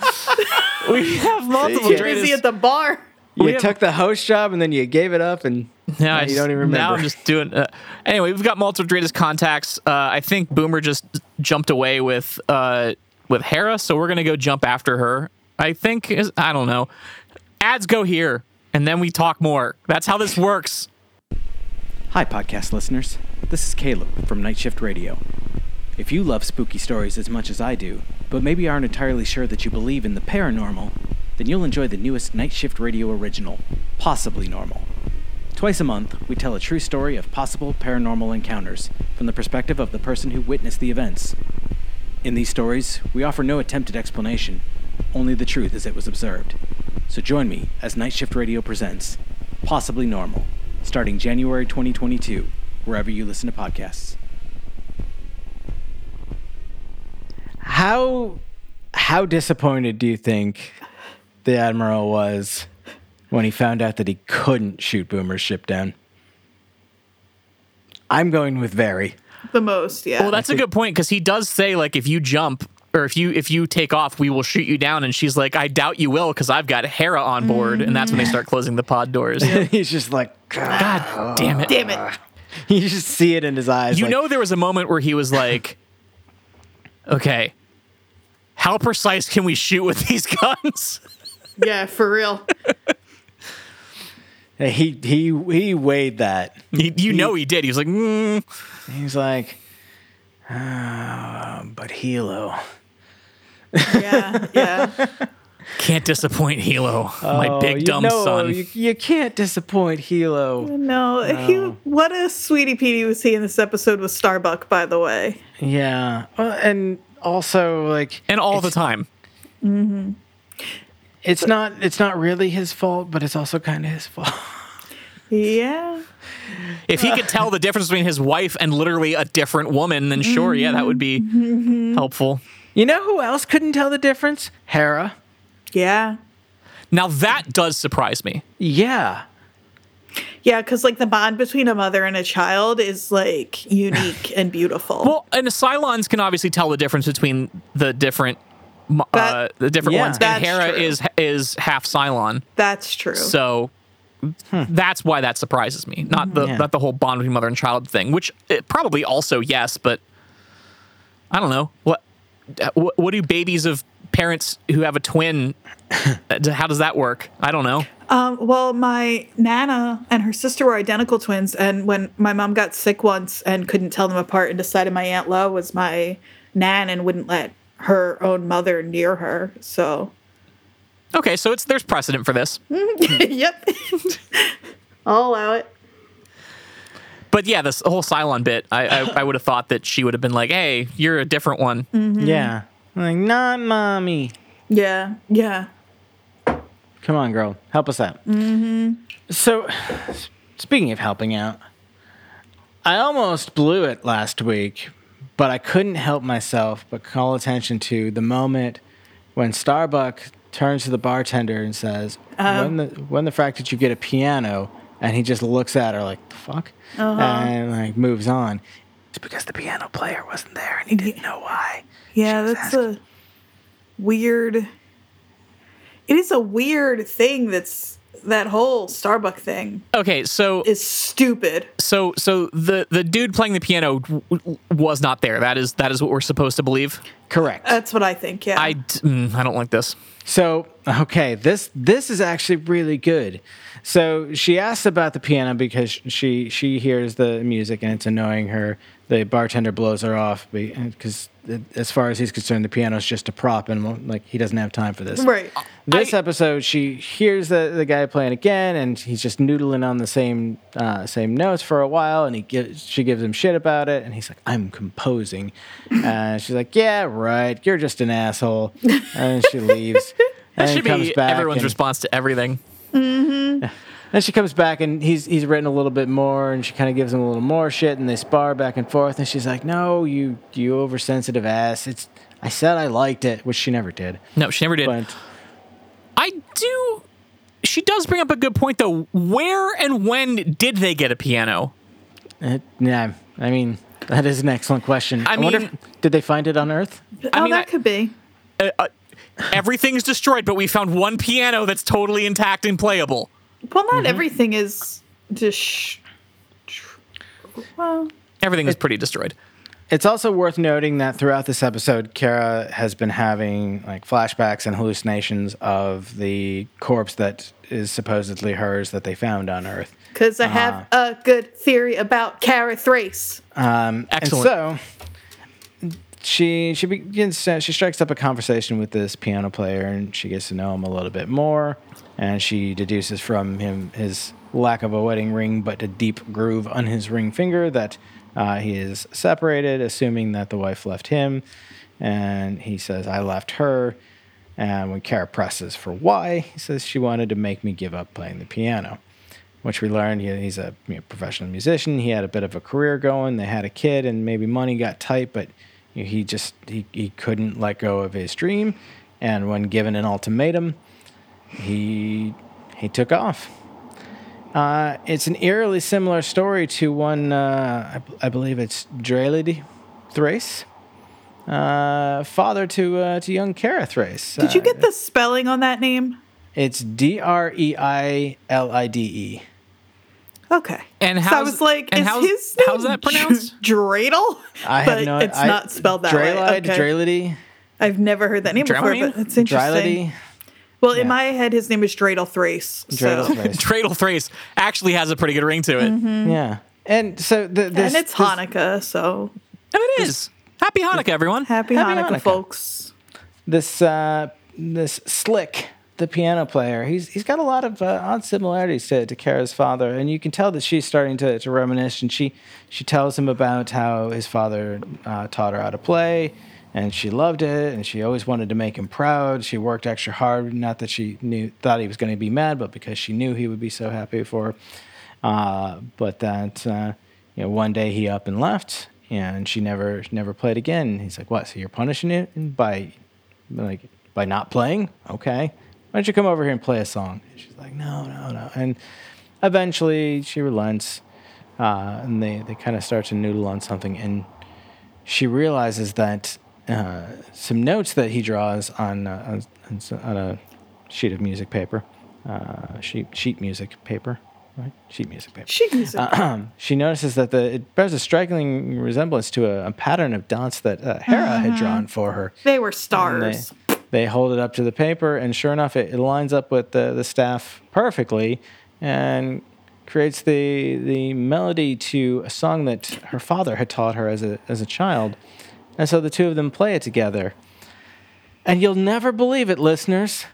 Speaker 8: We have multiple
Speaker 7: Yeah.
Speaker 6: Yeah.
Speaker 7: Busy
Speaker 8: Dratus.
Speaker 7: at the bar.
Speaker 6: You
Speaker 8: have-
Speaker 6: took the host job and then you gave it up, and
Speaker 8: Now I
Speaker 6: you
Speaker 8: just-
Speaker 6: don't even remember.
Speaker 8: Now I'm just doing. Uh, anyway, we've got multiple Dratus contacts. Uh, I think Boomer just jumped away with uh, with Hera, so we're gonna go jump after her. I think is I don't know. Ads go here, and then we talk more. That's how this works.
Speaker 6: Hi, podcast listeners. This is Caleb from Night Shift Radio. If you love spooky stories as much as I do, but maybe aren't entirely sure that you believe in the paranormal, then you'll enjoy the newest Night Shift Radio original, Possibly Normal. Twice a month, we tell a true story of possible paranormal encounters from the perspective of the person who witnessed the events. In these stories, we offer no attempted explanation, only the truth as it was observed. So join me as Night Shift Radio presents Possibly Normal, starting January 2022, wherever you listen to podcasts. How how disappointed do you think the admiral was when he found out that he couldn't shoot Boomer's ship down? I'm going with very.
Speaker 7: The most, yeah.
Speaker 8: Well, that's a good point because he does say like if you jump or if you if you take off, we will shoot you down. And she's like, I doubt you will because I've got Hera on board, and that's when they start closing the pod doors.
Speaker 6: He's just like "God."
Speaker 8: God damn it!
Speaker 7: Damn it.
Speaker 6: You just see it in his eyes.
Speaker 8: You
Speaker 6: like,
Speaker 8: know, there was a moment where he was like, "Okay, how precise can we shoot with these guns?"
Speaker 7: Yeah, for real.
Speaker 6: he he he weighed that.
Speaker 8: you, you know he did. He was like, mm,
Speaker 6: He's like, "Ah, but Hilo.
Speaker 7: Yeah, yeah.
Speaker 8: "Can't disappoint Hilo, my big
Speaker 6: Oh, you
Speaker 8: dumb
Speaker 6: know,
Speaker 8: son."
Speaker 6: You, you can't disappoint Hilo.
Speaker 7: No, he. What a sweetie Petey was he in this episode with Starbuck, by the way.
Speaker 6: Yeah, Uh, and also like
Speaker 8: and all the time,
Speaker 6: it's not it's not really his fault, but it's also kind of his fault.
Speaker 7: Yeah.
Speaker 8: if he could tell the difference between his wife and literally a different woman, then sure, yeah, that would be helpful.
Speaker 6: You know who else couldn't tell the difference? Hera.
Speaker 7: Yeah.
Speaker 8: Now that does surprise me.
Speaker 6: Yeah.
Speaker 7: Yeah, because like the bond between a mother and a child is like unique and beautiful.
Speaker 8: Well, and the Cylons can obviously tell the difference between the different, mo- uh,
Speaker 7: That-
Speaker 8: the different
Speaker 6: Yeah.
Speaker 8: ones. And
Speaker 7: That's
Speaker 8: Hera
Speaker 7: true.
Speaker 8: is is half Cylon,
Speaker 7: That's true.
Speaker 8: so that's why that surprises me. Not the
Speaker 6: Yeah.
Speaker 8: not the whole bond between mother and child thing, which it probably also yes, but I don't know what uh, what, what do babies of parents who have a twin. uh, How does that work? I don't know.
Speaker 7: Um, well, my nana and her sister were identical twins, and when my mom got sick once and couldn't tell them apart, and decided my aunt Lo was my nan and wouldn't let her own mother near her. So,
Speaker 8: Okay, so it's there's precedent for this. Hmm.
Speaker 7: yep, I'll allow it.
Speaker 8: But yeah, this whole Cylon bit, I, I, I would have thought that she would have been like, "Hey, you're a different one."
Speaker 7: Mm.
Speaker 6: Yeah. Like not mommy.
Speaker 7: Yeah, yeah.
Speaker 6: Come on, girl, help us out. Mm-hmm. So, speaking of helping out, I almost blew it last week But I couldn't help myself but call attention to the moment when Starbuck turns to the bartender and says, "When the when the frack did you get a piano?" And he just looks at her like, "The fuck," and like moves on. It's because the piano player wasn't there and he didn't know why.
Speaker 7: Yeah,
Speaker 6: was
Speaker 7: that's a weird. It is a weird thing that's that whole Starbuck thing
Speaker 8: Okay, so
Speaker 7: is stupid.
Speaker 8: so so the the dude playing the piano w- w- was not there. That is that is what we're supposed to believe.
Speaker 6: Correct.
Speaker 7: That's what I think. Yeah.
Speaker 8: I d- mm, I don't like this.
Speaker 6: So okay, this this is actually really good. So she asks about the piano because she she hears the music and it's annoying her. The bartender blows her off because, as far as he's concerned, the piano is just a prop and like he doesn't have time for this.
Speaker 7: right.
Speaker 6: This
Speaker 8: I-
Speaker 6: episode, she hears the, the guy playing again, and he's just noodling on the same uh, same notes for a while, and he gives she gives him shit about it, and he's like, "I'm composing," and she's like, "Yeah, right, you're just an asshole," and she leaves.
Speaker 8: That
Speaker 6: and
Speaker 8: should
Speaker 6: comes
Speaker 8: be
Speaker 6: back
Speaker 8: everyone's
Speaker 6: and-
Speaker 8: response to everything.
Speaker 6: then she comes back and he's he's written a little bit more, and she kind of gives him a little more shit, and they spar back and forth. And she's like, "No, you you oversensitive ass. It's I said I liked it, which she never did.
Speaker 8: No, she never did.
Speaker 6: But
Speaker 8: I do. She does bring up a good point though. Where and when did they get a piano?
Speaker 6: uh, yeah, I mean that is an excellent question.
Speaker 8: I
Speaker 6: wonder
Speaker 8: mean-
Speaker 6: if, did they find it on Earth?
Speaker 7: oh,
Speaker 8: mean,
Speaker 7: that
Speaker 8: I-
Speaker 7: could be.
Speaker 8: Uh, uh, everything's destroyed, but we found one piano that's totally intact and playable.
Speaker 7: Well,
Speaker 8: Mm-hmm.
Speaker 7: not everything is just. Sh- tr- well,
Speaker 8: Everything is pretty destroyed.
Speaker 6: It's also worth noting that throughout this episode, Kara has been having like flashbacks and hallucinations of the corpse that is supposedly hers that they found on Earth.
Speaker 7: because I have
Speaker 8: Ah.
Speaker 7: a good theory about Kara Thrace.
Speaker 8: Excellent.
Speaker 6: And so she she begins uh, she strikes up a conversation with this piano player and she gets to know him a little bit more and she deduces from him his lack of a wedding ring but a deep groove on his ring finger that uh, he is separated assuming that the wife left him and he says I left her and when Kara presses for why he says she wanted to make me give up playing the piano which we learned he, he's a you know, professional musician. He had a bit of a career going. They had a kid, and maybe money got tight, but he just he, he couldn't let go of his dream. And when given an ultimatum, he he took off. Uh, it's an eerily similar story to one uh, I, I believe it's Drelady Thrace, uh, father to uh, to young Kara Thrace. Uh,
Speaker 7: Did you get the spelling on that name?
Speaker 6: It's D R E I L I D E.
Speaker 7: Okay.
Speaker 8: And
Speaker 7: so I
Speaker 8: how's-
Speaker 7: was like,
Speaker 8: and
Speaker 7: is
Speaker 8: how's-
Speaker 7: his name
Speaker 8: how's that pronounced?
Speaker 7: Dreidel?
Speaker 6: I
Speaker 7: but
Speaker 6: have no.
Speaker 7: It's
Speaker 6: I-
Speaker 7: not spelled that way.
Speaker 6: Drelide,
Speaker 7: Okay.
Speaker 6: Drelity,
Speaker 7: I've never heard that name
Speaker 8: Dramamine?
Speaker 7: before, but it's interesting.
Speaker 6: Drelity,
Speaker 7: Well,
Speaker 6: Yeah.
Speaker 7: in my head, his name is Dreidel Thrace. So.
Speaker 6: Dreidel Thrace.
Speaker 8: Dreidel Thrace actually has a pretty good ring to it.
Speaker 6: Mm-hmm. Yeah, and so the, this
Speaker 7: Hmm. and it's
Speaker 6: this-
Speaker 7: Hanukkah, so
Speaker 8: Oh, it is. Happy Hanukkah, everyone.
Speaker 7: happy,
Speaker 6: Happy
Speaker 7: Hanukkah,
Speaker 6: Hanukkah.
Speaker 7: folks.
Speaker 6: this uh, this slick the piano player he's he's got a lot of uh, odd similarities to, to Kara's father and you can tell that she's starting to, to reminisce and she she tells him about how his father uh, taught her how to play and she loved it and she always wanted to make him proud she worked extra hard not that she knew thought he was going to be mad but because she knew he would be so happy for her uh, but that uh, you know one day he up and left and she never she never played again he's like what so you're punishing it by like by not playing okay why don't you come over here and play a song and she's like no no no and eventually she relents uh, and they, they kind of start to noodle on something and she realizes that uh, some notes that he draws on, uh, on, on s- on a sheet of music paper uh, sheet, sheet music paper right sheet music paper
Speaker 7: She uses
Speaker 6: Uh, she notices that the it bears a striking resemblance to a, a pattern of dots that uh, Hera had drawn for her
Speaker 7: They were
Speaker 6: and they,
Speaker 7: stars.
Speaker 6: they hold it up to the paper, and sure enough, it, it lines up with the, the staff perfectly and creates the the melody to a song that her father had taught her as a as a child. And so the two of them play it together. And you'll never believe it, listeners.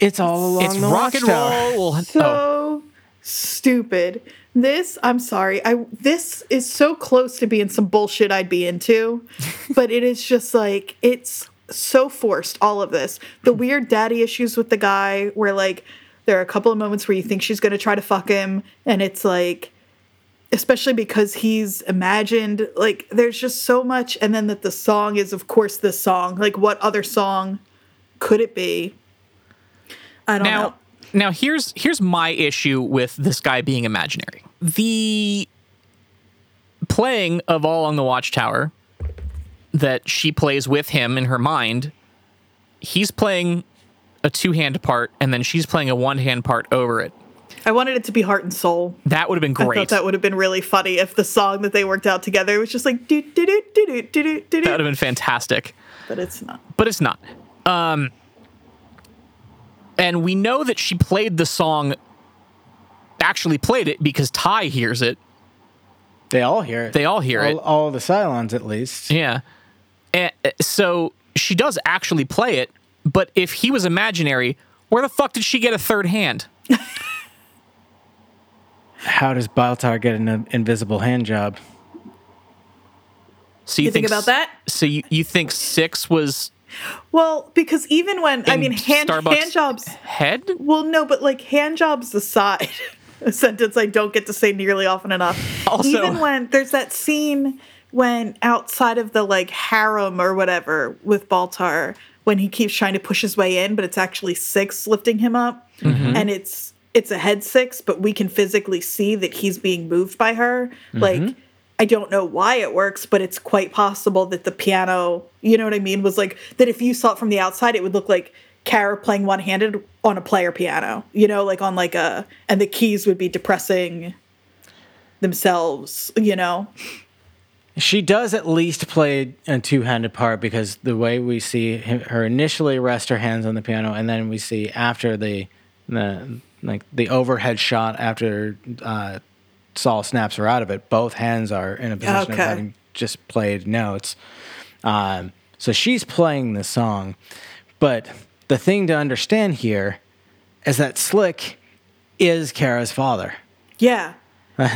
Speaker 6: It's all along
Speaker 8: It's
Speaker 6: the
Speaker 8: rock and
Speaker 6: watchtower.
Speaker 8: roll.
Speaker 7: so stupid. This, I'm sorry. I this is so close to being some bullshit I'd be into, but it is just like it's so forced. All of this, the weird daddy issues with the guy, where like there are a couple of moments where you think she's gonna try to fuck him, and it's like especially because he's imagined like there's just so much and then that the song is of course this song like what other song could it be i don't
Speaker 8: now
Speaker 7: know
Speaker 8: now here's here's my issue with this guy being imaginary the playing of all on the watchtower that she plays with him in her mind he's playing a two-hand part and then she's playing a one-hand part over it
Speaker 7: i wanted it to be heart and soul
Speaker 8: that would have been
Speaker 7: i thought
Speaker 8: great
Speaker 7: that would have been really funny if the song that they worked out together was just like do do do do do do do
Speaker 8: that would
Speaker 7: do
Speaker 8: have been fantastic
Speaker 7: but it's not
Speaker 8: but it's not. Um, and we know that she played the song, actually played it because Ty hears it.
Speaker 6: They all hear it.
Speaker 8: They all hear
Speaker 6: all,
Speaker 8: it.
Speaker 6: all the Cylons, at least.
Speaker 8: Yeah. And, uh, so she does actually play it, but if he was imaginary, where the fuck did she get a third hand?
Speaker 6: How does Baltar get an in- invisible hand job?
Speaker 8: So you,
Speaker 7: You think about
Speaker 8: s-
Speaker 7: that?
Speaker 8: So you, you think six was
Speaker 7: well because even when i
Speaker 8: in
Speaker 7: mean hand
Speaker 8: Starbucks
Speaker 7: hand jobs
Speaker 8: head?
Speaker 7: well no but like hand jobs aside a sentence i don't get to say nearly often enough
Speaker 8: Also-
Speaker 7: even when there's that scene when outside of the like harem or whatever with baltar when he keeps trying to push his way in but it's actually six lifting him up and it's it's a head six but we can physically see that he's being moved by her like I don't know why it works, but it's quite possible that the piano, you know what I mean, was like that if you saw it from the outside, it would look like Kara playing one handed on a player piano, you know, like on like a, and the keys would be depressing themselves, you know?
Speaker 6: She does at least play a two-handed part because the way we see him, her initially rest her hands on the piano, and then we see after the the like the overhead shot after uh, Saul snaps her out of it, both hands are in a position of
Speaker 7: Okay.
Speaker 6: having just played notes. Um, so she's playing the song, but the thing to understand here is that Slick is Kara's father.
Speaker 7: Yeah.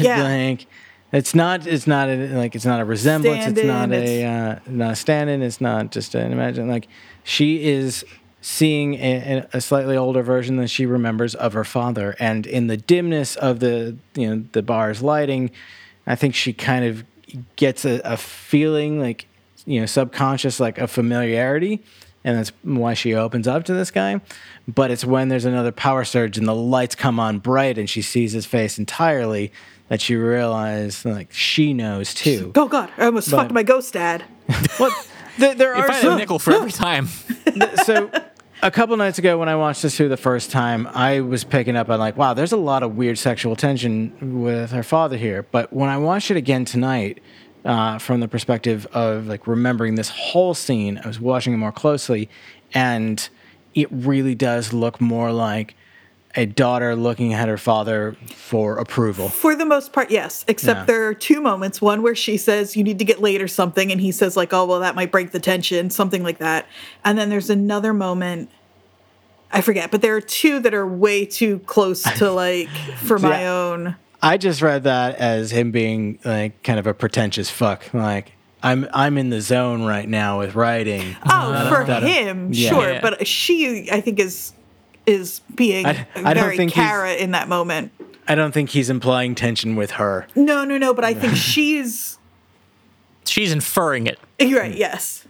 Speaker 7: Yeah.
Speaker 6: like it's not it's not a, like it's not a resemblance it's
Speaker 7: Stand-in,
Speaker 6: not a uh, not a stand-in it's not just an imagine like she is seeing a, a slightly older version than she remembers of her father and in the dimness of the you know the bar's lighting i think she kind of gets a, a feeling like you know subconscious like a familiarity and that's why she opens up to this guy but it's when there's another power surge and the lights come on bright and she sees his face entirely that she realizes like she knows too
Speaker 7: Oh God, I almost
Speaker 6: But-
Speaker 7: fucked my ghost dad.
Speaker 6: well, there, there
Speaker 8: If
Speaker 6: are
Speaker 8: I had a
Speaker 6: some-
Speaker 8: nickel for every time.
Speaker 6: so a couple nights ago when I watched this through the first time, I was picking up on like, wow, there's a lot of weird sexual tension with her father here. But when I watched it again tonight, uh, from the perspective of like remembering this whole scene, I was watching it more closely, and it really does look more like a daughter looking at her father for approval.
Speaker 7: For the most part, yes, except
Speaker 6: Yeah.
Speaker 7: there are two moments one where she says, You need to get late or something. And he says, like, Oh, well, that might break the tension, something like that. And then there's another moment. I forget, but there are two that are way too close to like for my
Speaker 6: Yeah.
Speaker 7: own.
Speaker 6: I just read that as him being like kind of a pretentious fuck. Like I'm I'm in the zone right now with writing.
Speaker 7: Oh, for him,
Speaker 6: yeah.
Speaker 7: sure,
Speaker 8: Yeah.
Speaker 7: but she, I think, is is being
Speaker 6: I- I don't
Speaker 7: very
Speaker 6: think he's-
Speaker 7: Kara in that moment.
Speaker 6: I don't think he's implying tension with her.
Speaker 7: No, no, no, but I think she's
Speaker 8: She's inferring it.
Speaker 7: you're right. Yes,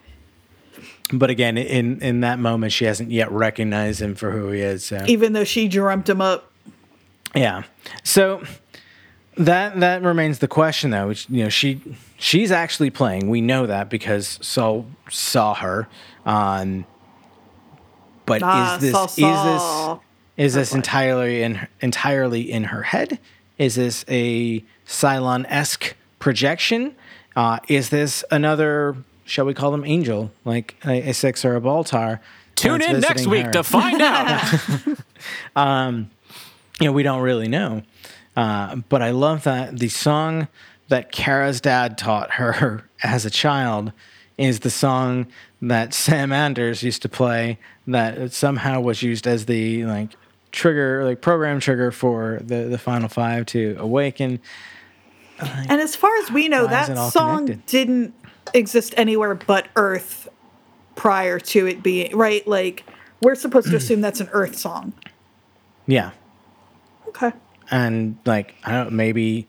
Speaker 6: But again, in in that moment, she hasn't yet recognized him for who he is. So
Speaker 7: even though she dreamt him up.
Speaker 6: yeah, so that that remains the question though. Which you know she she's actually playing. We know that because Saul saw her. Um, but
Speaker 7: Ah,
Speaker 6: is this
Speaker 7: Saul
Speaker 6: is
Speaker 7: saw.
Speaker 6: this Is this entirely in entirely in her head? Is this a Cylon esque projection? Uh, is this another, shall we call them angel, like a, a six or a Baltar?
Speaker 8: Tune
Speaker 6: that's
Speaker 8: in next
Speaker 6: visiting
Speaker 8: week
Speaker 6: her?
Speaker 8: to find out.
Speaker 6: you know, we don't really know. Uh, but I love that the song that Kara's dad taught her as a child is the song that Sam Anders used to play that somehow was used as the like trigger, like program trigger for the, the final five to awaken.
Speaker 7: And as far as we know,
Speaker 6: Why is
Speaker 7: that
Speaker 6: it all
Speaker 7: song
Speaker 6: connected?
Speaker 7: didn't exist anywhere but Earth prior to it being right. Like we're supposed to assume that's an Earth song.
Speaker 6: Yeah.
Speaker 7: Okay.
Speaker 6: and like I don't know, maybe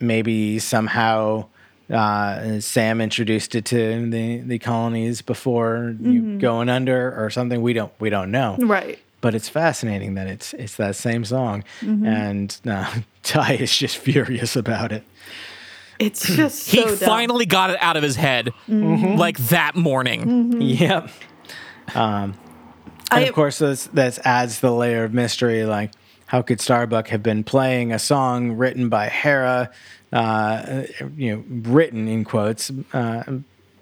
Speaker 6: maybe somehow uh, Sam introduced it to the, the colonies before you going under or something. We don't we don't know.
Speaker 7: Right.
Speaker 6: But it's fascinating that it's it's that same song, and uh, Ty is just furious about it.
Speaker 7: It's just
Speaker 8: He
Speaker 7: so dumb.
Speaker 8: finally got it out of his head
Speaker 6: Mm-hmm.
Speaker 8: like that morning.
Speaker 7: Mm-hmm.
Speaker 6: Yep. And
Speaker 7: I,
Speaker 6: of course, this, this adds the layer of mystery. Like, how could Starbuck have been playing a song written by Hera, uh, you know, written in quotes, uh,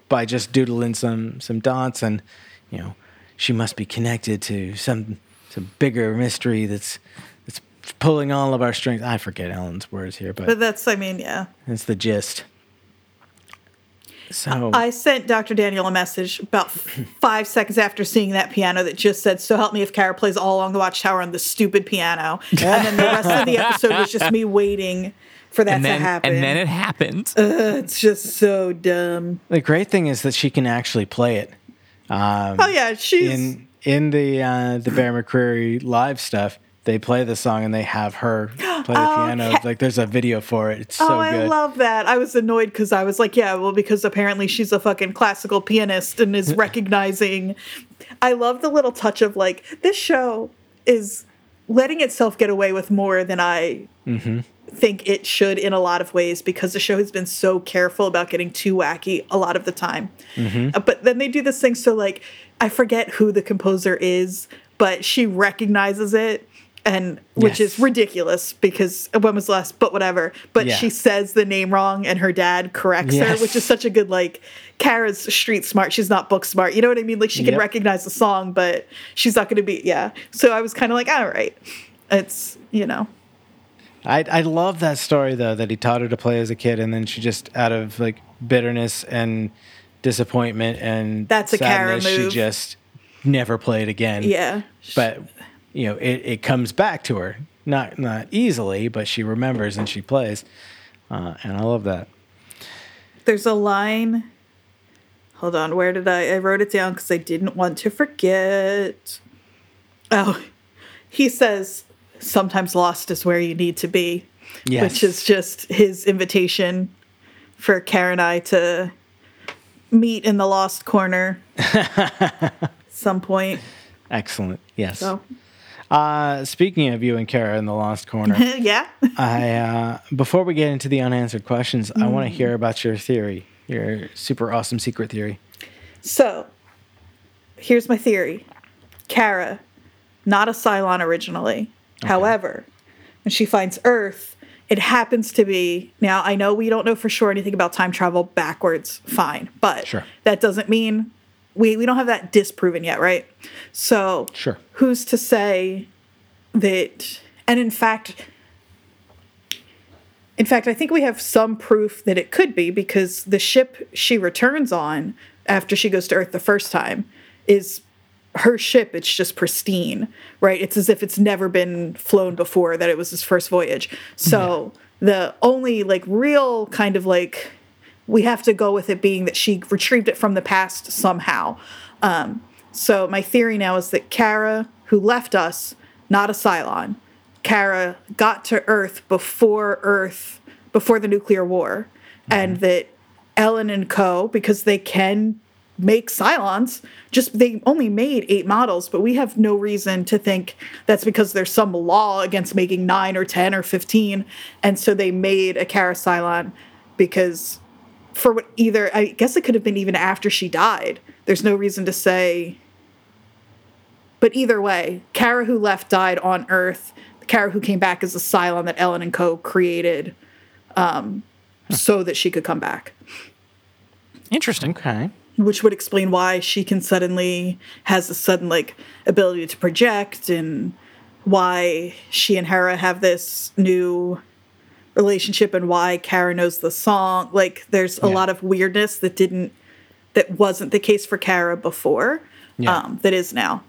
Speaker 6: by just doodling some some dots, and you know, she must be connected to some some bigger mystery that's that's pulling all of our strings. I forget Ellen's words here, but,
Speaker 7: but that's I mean yeah.
Speaker 6: it's the gist. So
Speaker 7: I sent Dr. Daniel a message about f- five seconds after seeing that piano that just said, So help me if Kara plays all along the Watchtower on the stupid piano. And then the rest of the episode was just me waiting for that
Speaker 8: And then,
Speaker 7: to happen.
Speaker 8: and then it happened.
Speaker 7: Uh. it's just so dumb.
Speaker 6: the great thing is that she can actually play it.
Speaker 7: Oh, yeah. She's.
Speaker 6: in in the uh, the Bear McCreary live stuff, they play the song and they have her play the piano.
Speaker 7: Oh, Okay.
Speaker 6: Like there's a video for it. It's
Speaker 7: oh,
Speaker 6: so
Speaker 7: I
Speaker 6: good.
Speaker 7: love that. I was annoyed because I was like, Yeah, well, because apparently she's a fucking classical pianist and is recognizing. I love the little touch of like, this show is letting itself get away with more than I
Speaker 6: Mm-hmm.
Speaker 7: think it should in a lot of ways because the show has been so careful about getting too wacky a lot of the time.
Speaker 6: Mm-hmm.
Speaker 7: Uh, But then they do this thing so like I forget who the composer is, but she recognizes it and which
Speaker 6: Yes.
Speaker 7: is ridiculous because when was the last but whatever but
Speaker 6: Yeah.
Speaker 7: she says the name wrong and her dad corrects
Speaker 6: Yes.
Speaker 7: her which is such a good like Kara's street smart she's not book smart you know what I mean like she can
Speaker 6: Yep.
Speaker 7: recognize the song but she's not going to be yeah so I was kind of like all right it's you know
Speaker 6: I I love that story though that he taught her to play as a kid and then she just out of like bitterness and disappointment and
Speaker 7: That's a Kara
Speaker 6: sadness,
Speaker 7: move.
Speaker 6: she just never played again.
Speaker 7: yeah
Speaker 6: But you know, it, it comes back to her. Not not easily, but she remembers and she plays. Uh, and I love that.
Speaker 7: there's a line hold on where did i i wrote it down because i didn't want to forget oh he says sometimes lost is where you need to be
Speaker 6: Yes.
Speaker 7: which is just his invitation for karen and i to meet in the lost corner some point
Speaker 6: excellent. Yes.
Speaker 7: so
Speaker 6: Uh, speaking of you and Kara in the Lost Corner,
Speaker 7: yeah
Speaker 6: I uh, before we get into the unanswered questions, I want to
Speaker 7: Mm.
Speaker 6: hear about your theory, your super awesome secret theory.
Speaker 7: So, here's my theory. Kara, not a Cylon originally. However, when she finds Earth, it happens to be. Now, I know we don't know for sure anything about time travel backwards, fine, but
Speaker 6: Sure.
Speaker 7: that doesn't mean we, we don't have that disproven yet, right? So,
Speaker 6: Sure.
Speaker 7: who's to say that, and in fact, in fact, I think we have some proof that it could be because the ship she returns on after she goes to Earth the first time is her ship. It's just pristine, right? It's as if it's never been flown before, that it was his first voyage. So the only like real kind of like we have to go with it being that she retrieved it from the past somehow. Um, so my theory now is that Kara, who left us, not a Cylon, Kara got to Earth before Earth, before the nuclear war, and that Ellen and Co. because they can make Cylons, just they only made eight models, but we have no reason to think that's because there's some law against making nine or ten or fifteen, and so they made a Kara Cylon because for what either I guess it could have been even after she died. There's no reason to say. But either way, Kara who left died on Earth. The Kara who came back is the Cylon that Ellen and Co. created, um, so that she could come back,
Speaker 8: Interesting.
Speaker 6: Okay.
Speaker 7: which would explain why she can suddenly has a sudden like ability to project and why she and Hera have this new relationship and why Kara knows the song. Like there's a
Speaker 6: Yeah.
Speaker 7: lot of weirdness that didn't that wasn't the case for Kara before.
Speaker 6: Yeah.
Speaker 7: Um, that is now.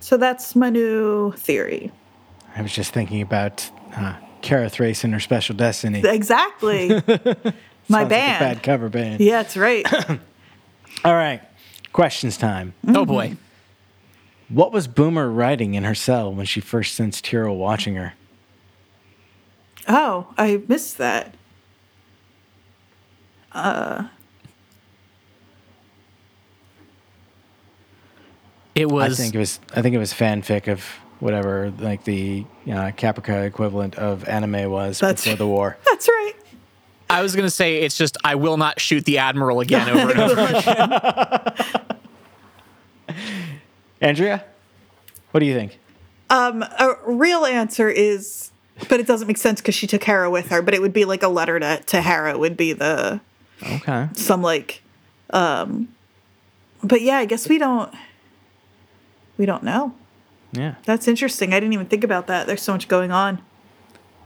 Speaker 7: So that's my new theory.
Speaker 6: I was just thinking about uh, Kara Thrace and her special destiny.
Speaker 7: Exactly. my
Speaker 6: Sounds like a
Speaker 7: band.
Speaker 6: bad cover band.
Speaker 7: yeah, that's right.
Speaker 6: All right. Questions time.
Speaker 8: Oh boy.
Speaker 7: Mm-hmm.
Speaker 6: What was Boomer writing in her cell when she first sensed Tyrell watching her?
Speaker 7: oh, I missed that.
Speaker 8: It
Speaker 6: I
Speaker 8: was.
Speaker 6: think it was. I think it was fanfic of whatever, like the uh, Caprica equivalent of anime was
Speaker 7: That's-
Speaker 6: before the war.
Speaker 7: That's right.
Speaker 8: I was gonna say it's just I will not shoot the admiral again over and over.
Speaker 6: Andrea, what do you think?
Speaker 7: A real answer is, but it doesn't make sense because she took Hera with her. But it would be like a letter to to Hera would be the
Speaker 6: Okay.
Speaker 7: some like, um, but yeah, I guess we don't we don't know.
Speaker 6: Yeah.
Speaker 7: That's interesting. I didn't even think about that. There's so much going on.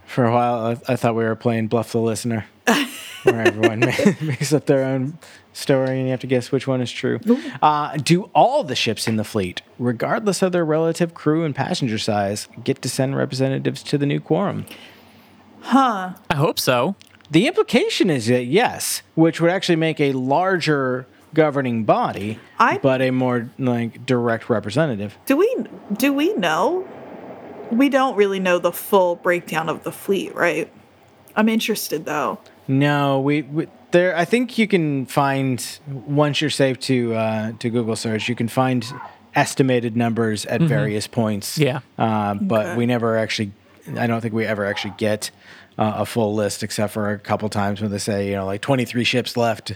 Speaker 6: For a while, I, I thought we were playing Bluff the Listener, where everyone ma- makes up their own story and you have to guess which one is true. Uh, do all the ships in the fleet, regardless of their relative crew and passenger size, get to send representatives to the new quorum?
Speaker 8: I hope so.
Speaker 6: The implication is that yes, which would actually make a larger governing body,
Speaker 7: I-
Speaker 6: but a more like direct representative.
Speaker 7: Do we do we know? We don't really know the full breakdown of the fleet, right? I'm interested though.
Speaker 6: No, we, we there. I think you can find once you're safe to uh, to Google search, you can find estimated numbers at various points.
Speaker 8: Yeah.
Speaker 6: uh, but
Speaker 7: Okay.
Speaker 6: we never actually. I don't think we ever actually get uh, a full list, except for a couple times when they say you know like 23 ships left.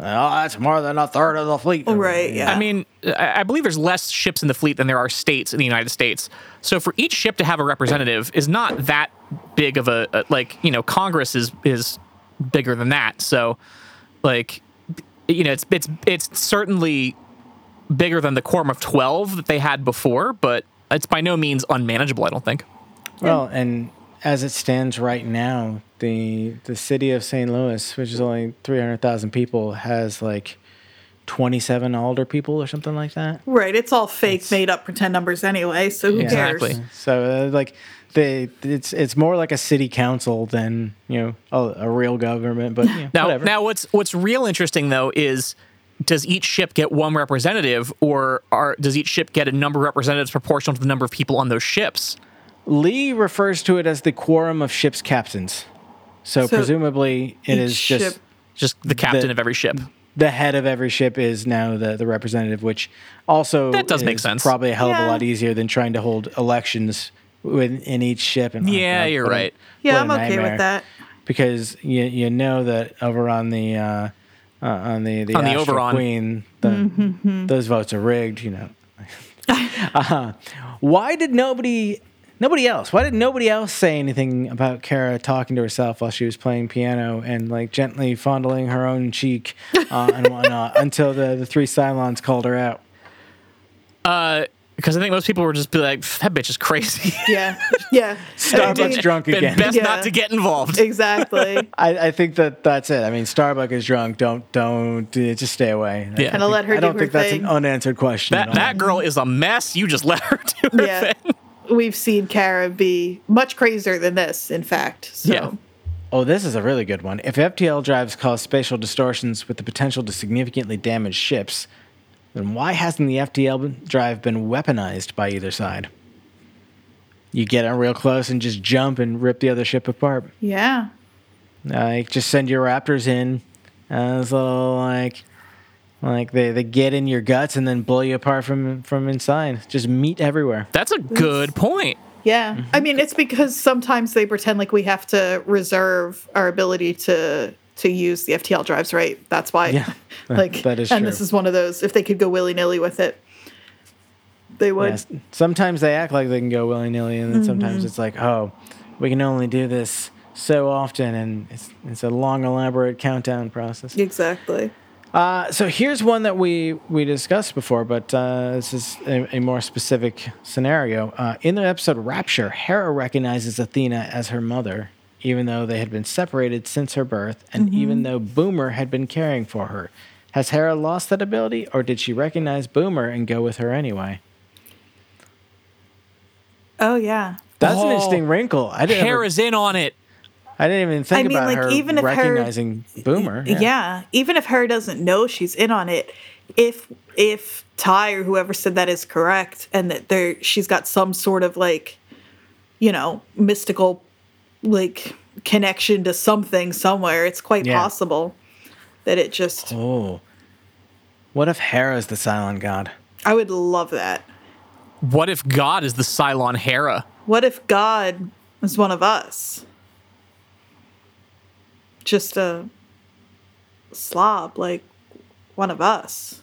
Speaker 6: Oh, that's more than a third of the fleet.
Speaker 7: Right? Yeah.
Speaker 8: I mean, I I believe there's less ships in the fleet than there are states in the United States. So for each ship to have a representative is not that big of a, a like you know Congress is is bigger than that. So like you know it's it's it's certainly bigger than the quorum of twelve that they had before, but it's by no means unmanageable. I don't think.
Speaker 6: Well, and as it stands right now, the the city of St. Louis, which is only three hundred thousand people, has like twenty seven alder people or something like that.
Speaker 7: right. It's all fake, made up, pretend numbers anyway. So who
Speaker 6: Yeah.
Speaker 7: cares?
Speaker 8: Exactly.
Speaker 6: So uh, like they, it's it's more like a city council than you know a, a real government. But you know,
Speaker 8: Now,
Speaker 6: whatever.
Speaker 8: now what's what's real interesting though is does each ship get one representative, or are, does each ship get a number of representatives proportional to the number of people on those ships?
Speaker 6: Lee refers to it as the quorum of ships' captains. So,
Speaker 7: So
Speaker 6: presumably, it
Speaker 7: each
Speaker 6: is just
Speaker 7: ship-
Speaker 8: Just the captain
Speaker 6: The-
Speaker 8: of every ship.
Speaker 6: the head of every ship is now the, the representative, which also
Speaker 8: That does make
Speaker 6: is
Speaker 8: sense.
Speaker 6: Probably a hell of
Speaker 7: Yeah.
Speaker 6: a lot easier than trying to hold elections within in each ship. And oh,
Speaker 8: Yeah,
Speaker 6: God,
Speaker 8: you're
Speaker 6: what a-
Speaker 8: right.
Speaker 7: Yeah,
Speaker 6: what
Speaker 7: I'm
Speaker 6: a
Speaker 7: okay
Speaker 6: nightmare.
Speaker 7: with that.
Speaker 6: because you you know that over on the uh, uh, on the the,
Speaker 8: On the
Speaker 6: Astral
Speaker 8: Overon.
Speaker 6: Queen, the,
Speaker 7: Mm-hmm.
Speaker 6: those votes are rigged. You know. uh, why did nobody? Nobody else. Why did nobody else say anything about Kara talking to herself while she was playing piano and like gently fondling her own cheek uh, and whatnot until the, the three Cylons called her out?
Speaker 8: Because Uh, I think most people were just be like, "Pff, that bitch is crazy.
Speaker 7: Yeah. Yeah.
Speaker 6: Starbucks drunk
Speaker 8: Been
Speaker 6: again.
Speaker 8: best
Speaker 7: Yeah.
Speaker 8: not to get involved.
Speaker 7: Exactly.
Speaker 6: I, I think that that's it. I mean, Starbuck is drunk. Don't don't uh, just stay away.
Speaker 8: Yeah.
Speaker 7: Kinda let her
Speaker 6: I don't
Speaker 7: do her
Speaker 6: think that's
Speaker 7: thing.
Speaker 6: an unanswered question. at
Speaker 8: That
Speaker 6: all.
Speaker 8: that girl is a mess. You just let her do her
Speaker 7: yeah.
Speaker 8: thing.
Speaker 7: We've seen Kara be much crazier than this, in fact. So
Speaker 8: Yeah.
Speaker 6: Oh, this is a really good one. If FTL drives cause spatial distortions with the potential to significantly damage ships, then why hasn't the FTL drive been weaponized by either side? You get in real close and just jump and rip the other ship apart.
Speaker 7: yeah.
Speaker 6: Like just send your raptors in as little like like they, they get in your guts and then blow you apart from from inside. Just meat everywhere.
Speaker 8: That's a good point.
Speaker 7: Yeah.
Speaker 6: Mm-hmm.
Speaker 7: I mean, it's because sometimes they pretend like we have to reserve our ability to to use the FTL drives, right? That's why.
Speaker 6: Yeah.
Speaker 7: like
Speaker 6: That is
Speaker 7: and
Speaker 6: true.
Speaker 7: this is one of those if they could go willy-nilly with it, they would.
Speaker 6: Yes. Sometimes they act like they can go willy nilly, and then sometimes it's like, oh, we can only do this so often, and it's it's a long, elaborate countdown process.
Speaker 7: Exactly.
Speaker 6: Uh, so here's one that we we discussed before, but uh, this is a, a more specific scenario. Uh, in the episode Rapture, Hera recognizes Athena as her mother, even though they had been separated since her birth, and even though Boomer had been caring for her. Has Hera lost that ability, or did she recognize Boomer and go with her anyway?
Speaker 7: Oh yeah.
Speaker 6: That's
Speaker 8: Oh.
Speaker 6: an interesting wrinkle. I didn't. ever-
Speaker 8: Hera's in on it.
Speaker 6: I didn't even think
Speaker 7: I mean,
Speaker 6: about
Speaker 7: like,
Speaker 6: her
Speaker 7: even if her-
Speaker 6: recognizing Boomer.
Speaker 7: Yeah. Even if her doesn't know she's in on it, if if Ty or whoever said that is correct and that there she's got some sort of like, you know, mystical like connection to something somewhere, it's quite
Speaker 6: Yeah.
Speaker 7: possible. that it just
Speaker 6: Oh. What if Hera's the Cylon god?
Speaker 7: I would love that.
Speaker 8: What if God is the Cylon Hera?
Speaker 7: What if God was one of us? Just a slob, like one of us.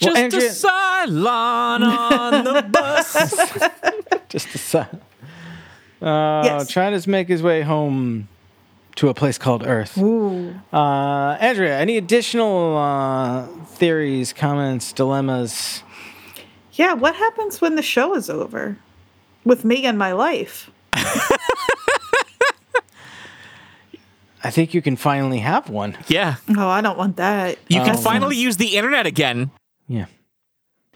Speaker 6: Well,
Speaker 8: Just
Speaker 6: Andrea-
Speaker 8: a Cylon on the bus.
Speaker 6: Just the Cylon. Uh,
Speaker 7: Yes.
Speaker 6: Trying to make his way home to a place called Earth.
Speaker 7: Ooh.
Speaker 6: Uh, Andrea, any additional uh, theories, comments, dilemmas?
Speaker 7: Yeah, what happens when the show is over? With me and my life.
Speaker 6: I think you can finally have one.
Speaker 8: yeah.
Speaker 7: Oh, I don't want that. Uh,
Speaker 8: You can finally use the internet again.
Speaker 6: Yeah.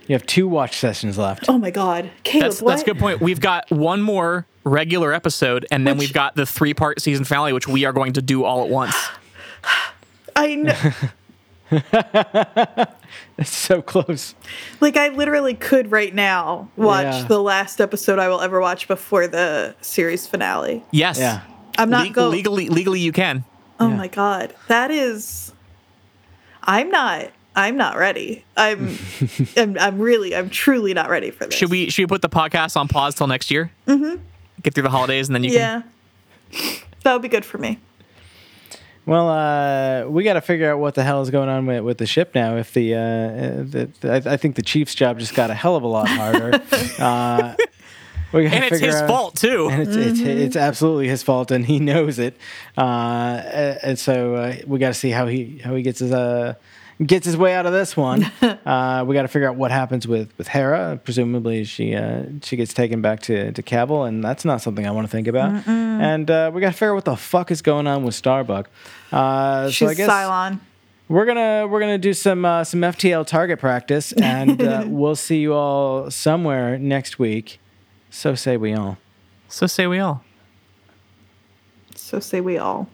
Speaker 6: You have two watch sessions left.
Speaker 7: Oh my God. Caleb,
Speaker 8: That's
Speaker 7: what?
Speaker 8: that's a good point. We've got one more regular episode, and then
Speaker 7: Which-
Speaker 8: we've got the three part season finale, which we are going to do all at once.
Speaker 7: I know.
Speaker 6: It's so close.
Speaker 7: Like I literally could right now watch
Speaker 6: Yeah.
Speaker 7: the last episode I will ever watch before the series finale.
Speaker 8: Yes.
Speaker 6: Yeah.
Speaker 7: I'm not
Speaker 8: Le-
Speaker 7: going.
Speaker 8: legally legally you can.
Speaker 7: oh
Speaker 6: Yeah.
Speaker 7: my god, that is. I'm not. I'm not ready. I'm. I'm, I'm really. I'm truly not ready for this.
Speaker 8: Should we should we put the podcast on pause till next year? Mm-hmm. Get through the holidays and then you
Speaker 7: Yeah. that would be good for me.
Speaker 6: Well, uh, we got to figure out what the hell is going on with, with the ship now. If the, uh, uh, the, the I, I think the chief's job just got a hell of a lot harder. uh, we gotta
Speaker 8: can. And it's
Speaker 6: figure
Speaker 8: his
Speaker 6: out-
Speaker 8: fault too.
Speaker 6: And it's, it's
Speaker 7: Mm-hmm.
Speaker 6: it's absolutely his fault, and he knows it. Uh, a- and so uh, we got to see how he how he gets his uh, gets his way out of this one. uh, we got to figure out what happens with with Hera. Presumably, she uh, she gets taken back to to Cabal, and that's not something I want to think about. And uh, we got to figure out what the fuck is going on with Starbuck. Uh,
Speaker 7: She's
Speaker 6: so I guess
Speaker 7: Cylon.
Speaker 6: we're gonna we're gonna do some uh, some FTL target practice, and uh, we'll see you all somewhere next week. So say we all.
Speaker 8: So say we all.
Speaker 7: So say we all.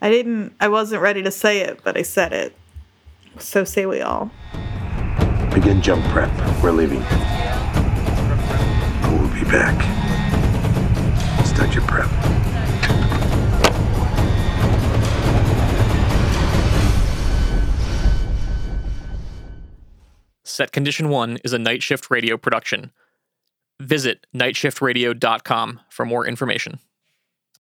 Speaker 7: I didn't. I wasn't ready to say it, but I said it. So say we all.
Speaker 9: Begin jump prep. We're leaving. I will be back. Start your prep.
Speaker 8: Set Condition 1 is a night shift radio production. Visit nightshiftradio.com for more information.